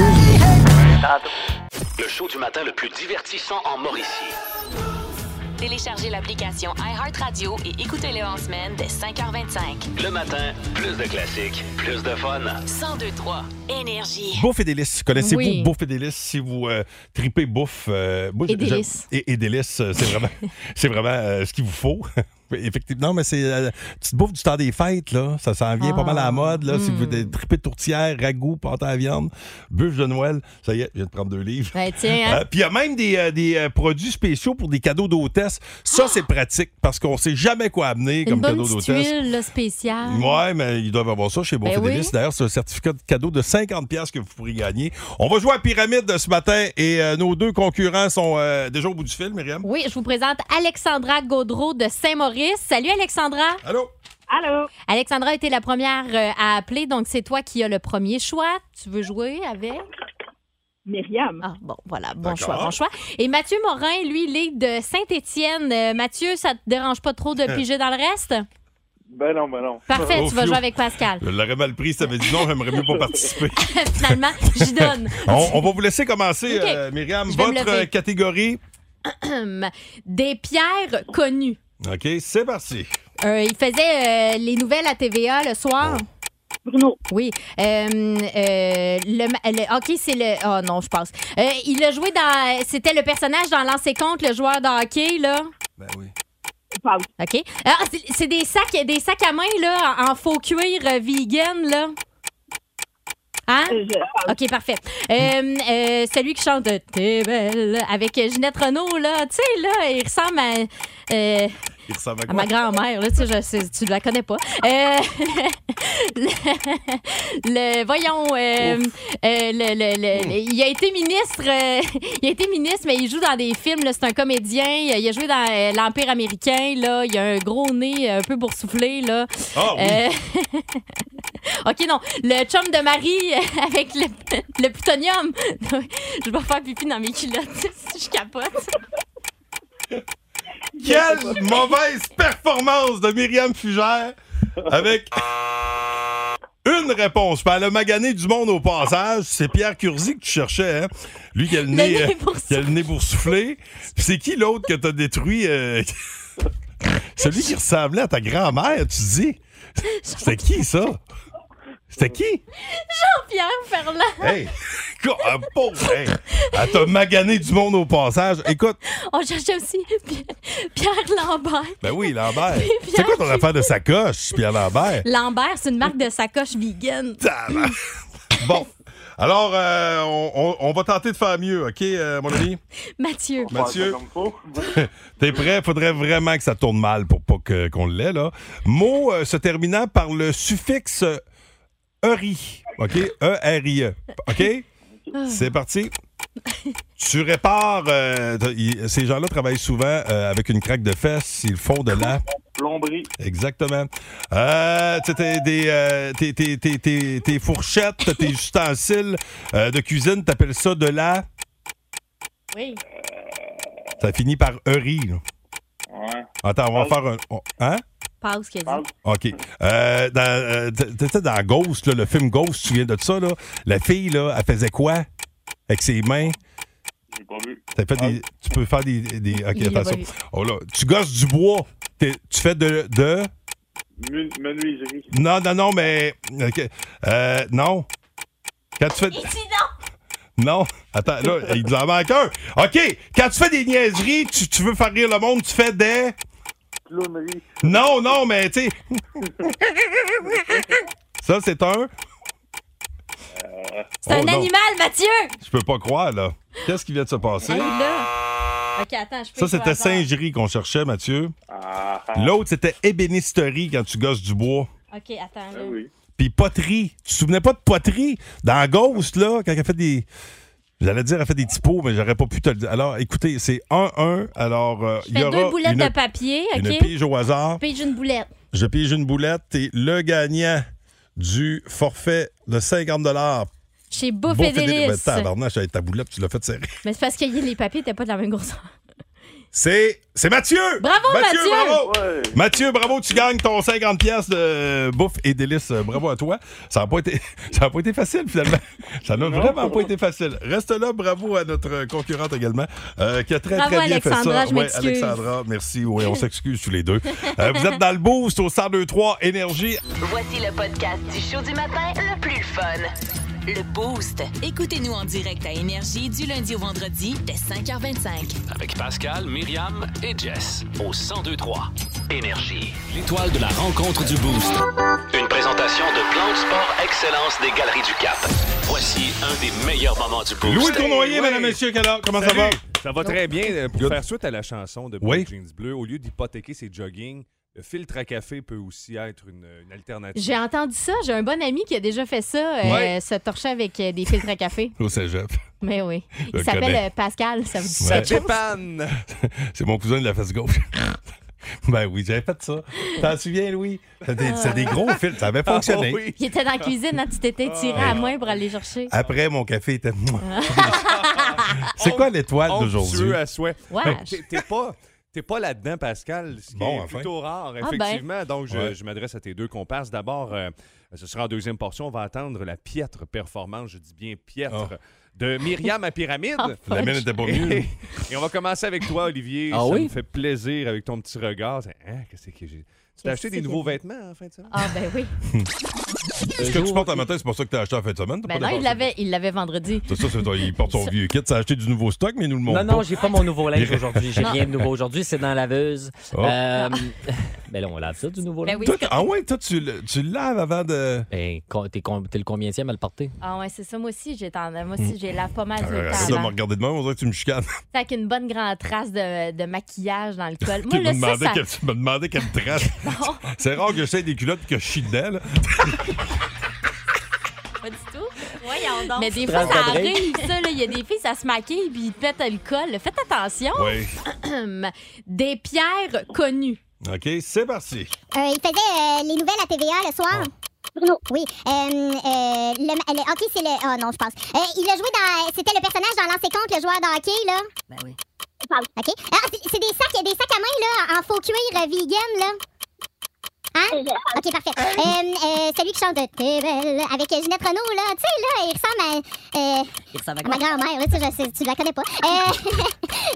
Speaker 2: Le show du matin le plus divertissant en Mauricie.
Speaker 8: Téléchargez l'application iHeartRadio et écoutez-le en semaine dès 5h25.
Speaker 2: Le matin, plus de classiques, plus de fun.
Speaker 8: 1023 Énergie.
Speaker 3: Bouffe et délices. Connaissez-vous
Speaker 8: Oui.
Speaker 3: Bouffe et délices si vous euh, tripez bouffe? euh, moi,
Speaker 8: Et
Speaker 3: je- je-
Speaker 8: délices.
Speaker 3: Et, et délices, euh, c'est
Speaker 4: *laughs*
Speaker 3: vraiment, c'est vraiment euh, ce qu'il vous faut. *laughs* Effectivement, non, mais c'est euh, petite bouffe du temps des fêtes, là. Ça s'en vient pas mal
Speaker 4: Ah.
Speaker 3: à la mode, là. Si
Speaker 4: Hmm.
Speaker 3: vous voulez triper de tourtière, ragoût, pâte à la viande, bûche de Noël, ça y est, je viens de prendre deux livres.
Speaker 4: Ben, tiens, hein?
Speaker 3: Euh, Puis il y a même des, euh, des, euh, produits spéciaux pour des cadeaux d'hôtesse. Ça, c'est pratique parce qu'on sait jamais quoi amener
Speaker 4: Ah! Une
Speaker 3: comme
Speaker 4: bonne
Speaker 3: cadeau
Speaker 4: petite
Speaker 3: d'hôtesse.
Speaker 4: huile là, spéciale.
Speaker 3: Ouais, mais ils doivent avoir ça chez Beaufort
Speaker 4: Hein? Ben oui.
Speaker 3: Délices. D'ailleurs, c'est un certificat de cadeau de 50$ piastres que vous pourrez gagner. On va jouer à Pyramide de ce matin et euh, nos deux concurrents sont euh, déjà au bout du fil, Myriam.
Speaker 4: Oui, je vous présente Alexandra Gaudreau de Saint-Maurice. Salut Alexandra.
Speaker 3: Allô.
Speaker 4: Allô. Alexandra a été la première euh, à appeler, donc c'est toi qui as le premier choix. Tu veux jouer avec Myriam. Ah, bon, voilà, bon
Speaker 8: D'accord.
Speaker 4: choix, bon choix. Et Mathieu Morin, lui, il est de Saint-Étienne. Euh, Mathieu, ça te dérange pas trop de piger dans le reste?
Speaker 11: Ben non, ben non.
Speaker 4: Parfait,
Speaker 3: Oh,
Speaker 4: tu vas
Speaker 3: Flo.
Speaker 4: jouer avec
Speaker 3: *laughs*
Speaker 4: Pascal. *laughs*
Speaker 3: Je l'aurais mal pris si t'avais dit non, j'aimerais mieux pas participer.
Speaker 4: Finalement, j'y donne. *clears throat*
Speaker 3: *laughs* on, on va vous laisser commencer,
Speaker 4: Ok.
Speaker 3: euh, Myriam.
Speaker 4: Je vais me
Speaker 3: Votre
Speaker 4: lever.
Speaker 3: euh, catégorie.
Speaker 4: Des pierres connues.
Speaker 3: OK, c'est parti.
Speaker 4: Euh, il faisait euh, les nouvelles à TVA le soir. Bruno. Oui. Euh, euh, le, ma- le- OK, c'est le. Oh non, je pense. Euh, il a joué dans. C'était le personnage dans Lancer contre, le joueur de hockey, là.
Speaker 3: Ben oui.
Speaker 4: OK. Ah, c'est- c'est des sacs, des sacs à main, là, en en faux cuir euh, vegan, là. Hein? OK, parfait. Euh, euh, celui qui chante T'es belle avec Ginette Renault, là. Tu sais, là, il ressemble à. euh,
Speaker 3: Il ressemble à
Speaker 4: à
Speaker 3: quoi?
Speaker 4: ma grand-mère, là, tu, sais, je sais- tu la connais pas. Euh, *laughs* le, le- voyons, euh, euh, le- le-
Speaker 3: Hmm.
Speaker 4: le- le- il a été ministre, euh, *laughs* il a été ministre, mais il joue dans des films. là, C'est un comédien. Il a, il a joué dans euh, l'Empire américain. Là, il a un gros nez un peu boursouflé. Là.
Speaker 8: Ah, oui.
Speaker 4: Euh, *laughs* ok, non, le chum de Marie *laughs* euh, avec le, le plutonium. *laughs* je vais faire pipi dans mes culottes *laughs* si je capote.
Speaker 3: Quelle mauvaise performance de Myriam Fugère avec une réponse. Ben, elle a magané du monde au passage. C'est Pierre Curzi que tu cherchais. hein? Lui qui a le nez,
Speaker 4: nez
Speaker 3: euh, qui a le nez boursouflé. Puis C'est qui l'autre que t'as détruit? euh, *laughs* Celui qui ressemblait à ta grand-mère, tu dis. C'était qui, ça? C'était qui?
Speaker 4: Jean-Pierre Ferland.
Speaker 3: *laughs* Hey! Ah, pauvre, hey. Elle t'a magané du monde au passage. Écoute,
Speaker 4: *laughs* On cherchait aussi Pierre, Pierre Lambert.
Speaker 3: ben oui, Lambert.
Speaker 4: Puis Pierre
Speaker 3: C'est quoi ton affaire de sacoche,
Speaker 4: *laughs*
Speaker 3: Pierre Lambert?
Speaker 4: Lambert, c'est une marque de sacoche
Speaker 3: *laughs*
Speaker 4: vegan.
Speaker 3: Tabarnak. bon. Alors, euh, on, on- on va tenter de faire mieux, OK, euh, mon ami?
Speaker 4: Mathieu.
Speaker 3: Mathieu. *laughs* T'es prêt? Faudrait vraiment que ça tourne mal pour pas que- qu'on l'ait, là. Mot euh, se terminant par le suffixe ERI. OK? E-R-I-E. OK? E. C'est parti. Tu répares. euh, t'as- y- ces gens-là travaillent souvent euh, avec une craque de fesses. Ils font de la.
Speaker 16: Plomberie.
Speaker 3: Exactement. Euh, tu sais, t'es des, euh, tes, tes- tes- tes- tes fourchettes, tes ustensiles euh, de cuisine, t'appelles ça de la.
Speaker 4: Oui.
Speaker 3: Ça finit par ERI. là.
Speaker 16: Ouais.
Speaker 3: Attends, on va
Speaker 16: Pause.
Speaker 3: faire un. on- Hein?
Speaker 4: Pause qu'elle dit.
Speaker 3: OK. Euh, dans, euh, t- t'étais dans Ghost, là, le film Ghost, tu te souviens de ça, là? La fille, là, elle faisait quoi? Avec ses mains?
Speaker 16: J'ai pas vu.
Speaker 3: T'as fait des- tu peux faire des. des- OK,
Speaker 16: Il l'a
Speaker 3: attention.
Speaker 16: pas vu.
Speaker 3: Oh là, tu gosses du bois. T'es- Tu fais de. de...
Speaker 16: Mu- menuiserie.
Speaker 3: Non, non, non, mais. OK. Euh, non. Quand tu fais. Non. Attends, là, il nous en manque un. OK. Quand tu fais des niaiseries, tu, tu veux faire rire le monde, tu fais des. *laughs*
Speaker 16: Clownerie.
Speaker 3: Non, non, mais tu sais. Ça, c'est un.
Speaker 16: Euh.
Speaker 4: C'est un
Speaker 3: Oh, non.
Speaker 4: animal, Mathieu!
Speaker 3: Je peux pas croire, là. Qu'est-ce qui vient de se passer?
Speaker 4: Hey, là. OK, attends, je peux jouer
Speaker 3: Ça,
Speaker 4: à
Speaker 3: c'était
Speaker 4: hasard.
Speaker 3: singerie qu'on cherchait, Mathieu. L'autre, c'était ébénisterie quand tu gosses du bois.
Speaker 4: OK, attends. là.
Speaker 3: Puis poterie. Tu te souvenais pas de poterie? Dans Ghost, là, quand elle fait des. J'allais dire, elle fait des typos, mais j'aurais pas pu te le dire. Alors, écoutez, c'est 1-1. Alors, euh,
Speaker 4: Je
Speaker 3: il y
Speaker 4: fais
Speaker 3: aura.
Speaker 4: deux boulettes
Speaker 3: une-
Speaker 4: de papier, OK?
Speaker 3: Une pige au hasard.
Speaker 4: Pige une boulette.
Speaker 3: Je pige une boulette et le gagnant du forfait de 50
Speaker 4: Chez
Speaker 3: Beau
Speaker 4: Bouffe et
Speaker 3: Ben,
Speaker 4: Délices.
Speaker 3: tabarnache, avec ta boulette, tu l'as fait serrer.
Speaker 4: Mais c'est parce que les papiers n'étaient pas de la même grosseur.
Speaker 3: C'est c'est Mathieu!
Speaker 4: Bravo, Mathieu!
Speaker 3: bravo!
Speaker 4: Ouais.
Speaker 3: Mathieu, bravo, tu gagnes ton 50 pièces de bouffe et délices. Euh, Bravo à toi. Ça n'a pas, été- *laughs* ça a pas été facile, finalement. *laughs* Ça n'a vraiment pas été facile. Reste là, bravo à notre concurrente également, euh, qui a très,
Speaker 4: Bravo,
Speaker 3: très bien
Speaker 4: Alexandra,
Speaker 3: fait ça.
Speaker 4: je
Speaker 3: Ouais,
Speaker 4: m'excuse.
Speaker 3: Alexandra, merci. Oui,
Speaker 4: *laughs*
Speaker 3: on s'excuse tous les deux. Euh, vous êtes dans le boost au 1023 Énergie.
Speaker 1: Voici le podcast du show du matin le plus fun. Le Boost.
Speaker 8: Écoutez-nous en direct à Énergie du lundi au vendredi dès 5h25.
Speaker 2: Avec Pascal, Myriam et Jess au 1023 Énergie. L'étoile de la rencontre du Boost. Une présentation de Plan de Sport Excellence des Galeries du Cap. Voici un des meilleurs moments du Boost.
Speaker 3: Louis Tournoyer, madame, monsieur, qu'elle a- comment ça va?
Speaker 17: Salut. Ça va très bien. Euh, Pour
Speaker 3: Good.
Speaker 17: faire suite à la chanson de Blue
Speaker 3: Oui.
Speaker 17: Jeans Bleu, au lieu d'hypothéquer ses jogging, le filtre à café peut aussi être une, une alternative.
Speaker 4: J'ai entendu ça. J'ai un bon ami qui a déjà fait ça, euh,
Speaker 17: Ouais.
Speaker 4: se torcher avec euh, des filtres à café.
Speaker 3: Au cégep. *laughs*
Speaker 4: Mais oui.
Speaker 3: Je
Speaker 4: Il s'appelle
Speaker 3: connais.
Speaker 4: euh, Pascal. Ça vous dit
Speaker 3: Ouais.
Speaker 4: quelque chose?
Speaker 3: *laughs* C'est mon cousin de la face gauche. *laughs* ben oui, j'avais fait ça. T'en souviens, Louis? C'était c'était des gros filtres. Ça
Speaker 4: Ah
Speaker 3: avait fonctionné.
Speaker 4: Il était dans la cuisine, hein, tu t'étais tiré à main pour aller chercher.
Speaker 3: Après, mon café était. *laughs* C'est quoi l'étoile d'aujourd'hui?
Speaker 17: Onctueux à souhait.
Speaker 4: Wesh.
Speaker 17: Ben, t'es- T'es pas... T'es pas là-dedans, Pascal, ce qui
Speaker 3: Bon,
Speaker 17: est
Speaker 3: enfin.
Speaker 17: plutôt rare,
Speaker 4: ben.
Speaker 17: effectivement. Donc, je,
Speaker 3: Ouais.
Speaker 17: je m'adresse à tes deux comparses. D'abord, euh, ce sera en deuxième portion. On va attendre la piètre performance, je dis bien piètre,
Speaker 3: Oh.
Speaker 17: de Myriam à
Speaker 4: Oh, *laughs*
Speaker 17: Pyramide.
Speaker 3: Ah, La mienne était pas mieux.
Speaker 17: Et on va commencer avec toi, Olivier.
Speaker 3: Ah
Speaker 17: ça
Speaker 3: oui?
Speaker 17: me fait plaisir avec ton petit regard. C'est- Hein, qu'est-ce que j'ai... Tu t'as acheté des
Speaker 3: *laughs*
Speaker 17: nouveaux vêtements, en fait, ça?
Speaker 4: Ah, ben
Speaker 17: *laughs*
Speaker 4: oui.
Speaker 3: Ce que tu portes un matin, c'est pour ça que t'as acheté en fin de semaine? t'as
Speaker 4: Ben non,
Speaker 3: pas
Speaker 4: il
Speaker 3: dépensé.
Speaker 4: l'avait, il l'avait vendredi.
Speaker 3: C'est ça, c'est toi, il porte son vieux kit. Ça a acheté du nouveau stock, mais il nous le montre
Speaker 7: Non, non,
Speaker 3: pas.
Speaker 7: j'ai pas mon
Speaker 3: *laughs*
Speaker 7: nouveau linge aujourd'hui. J'ai
Speaker 3: Non.
Speaker 7: rien de nouveau aujourd'hui. C'est dans la laveuse.
Speaker 3: Oh.
Speaker 7: Euh, *laughs* ben là, on lave ça du nouveau
Speaker 4: Ben
Speaker 7: linge.
Speaker 4: oui.
Speaker 3: Toi, t- ah ouais, toi, tu, le- tu le laves avant de.
Speaker 7: Ben, con- t'es con- t'es le combienième à le porter?
Speaker 4: Ah ouais, c'est ça. Moi aussi, j'ai tend- moi aussi, j'ai lave pas mal.
Speaker 7: Euh,
Speaker 3: Arrête
Speaker 4: Ah, C'est
Speaker 3: de me regarder de même, on dirait que tu me chicanes.
Speaker 4: avec une bonne grande trace de, de maquillage dans le col.
Speaker 3: Tu
Speaker 4: Moi,
Speaker 3: me
Speaker 4: là, ça,
Speaker 3: demandais
Speaker 4: ça-
Speaker 3: quelle- tu me demandais quelle trace. c'est rare que j'essaie des culottes et que je chie dedans. là.
Speaker 4: Pas du tout.
Speaker 8: Voyons donc.
Speaker 4: Mais des
Speaker 3: Trace
Speaker 4: fois, ça
Speaker 3: de break.
Speaker 4: arrive, ça. là. Il y a des filles, ça se maquille puis ils te pètent le col. Faites attention.
Speaker 3: Oui.
Speaker 4: *clears throat* des pierres connues.
Speaker 3: OK, c'est parti.
Speaker 18: Euh, il faisait euh, les nouvelles à TVA le soir. Bruno. Oui. Euh, euh, le, ma- le hockey, c'est le. Oh non, je pense. Euh, il a joué dans. C'était le personnage dans l'ancien compte, le joueur de hockey, là. Ben oui. OK. Ah, c'est c'est des sacs, des sacs à main, là, en faux cuir euh, vegan, là. Hein? OK, parfait. Euh, euh, celui qui chante de T'es belle avec Ginette Renault, là. Tu sais, là, il ressemble à. euh, à ma grand-mère, là, tu, sais, je sais- tu la connais pas. Euh, *laughs*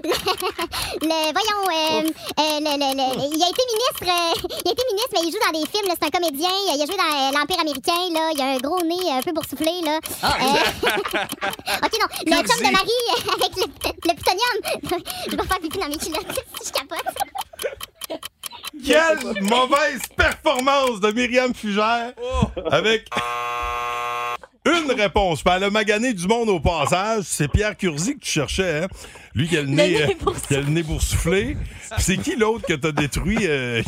Speaker 18: le, le- voyons, euh, euh, le- le- le- il a été ministre, euh, *laughs* il a été ministre, mais il joue dans des films, là, c'est un comédien, il a joué dans euh, l'Empire américain, là, il a un gros nez un peu boursouflé, là.
Speaker 4: *laughs*
Speaker 18: Euh, ok, non, le
Speaker 13: Merci.
Speaker 18: chum de Marie *laughs* euh, avec le, le plutonium. *laughs* je vais faire pipi dans mes culottes, *laughs* je capote.
Speaker 3: Quelle mauvaise performance de Myriam Fugère avec une réponse. Ben, elle a magané du monde au passage. C'est Pierre Curzi que tu cherchais. hein? Lui qui a le nez,
Speaker 4: nez
Speaker 3: euh, *laughs* qui a le nez boursouflé. Puis C'est qui l'autre que t'as détruit? euh,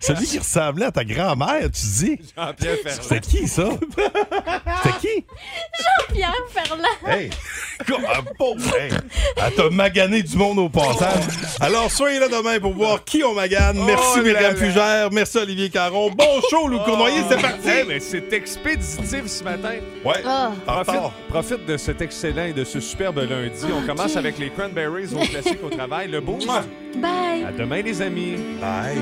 Speaker 3: Celui qui ressemblait à ta grand-mère, tu dis.
Speaker 17: Jean-Pierre Ferland.
Speaker 3: C'était qui, ça? C'était qui?
Speaker 4: Jean-Pierre Ferland.
Speaker 3: Hey! Ah, pauvre, hey. Elle t'a magané du monde au passage. Alors, soyez là demain pour voir qui on magane. Merci,
Speaker 17: Oh là
Speaker 3: Myriam
Speaker 17: là.
Speaker 3: Fugère. Merci, Olivier Caron. Bon show, Lou Cournoyer. C'est parti.
Speaker 17: Hey, mais c'est expéditif ce matin.
Speaker 3: Ouais. Ah. En
Speaker 17: Profite,
Speaker 3: retard.
Speaker 17: profite de cet excellent et de ce superbe lundi.
Speaker 3: Ah,
Speaker 17: On commence avec les cranberries au classique au travail. Le beau.
Speaker 4: Bye.
Speaker 17: À demain, les amis.
Speaker 3: Bye.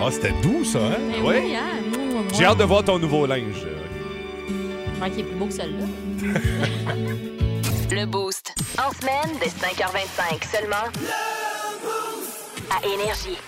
Speaker 3: Ah, c'était doux, ça, hein?
Speaker 4: Ben
Speaker 17: Ouais.
Speaker 4: oui, hein, mou, mou, mou.
Speaker 17: J'ai hâte de voir ton nouveau linge.
Speaker 4: Je crois qu'il est plus beau que celui-là.
Speaker 1: Le Boost. En semaine, dès 5h25 seulement. À Énergie.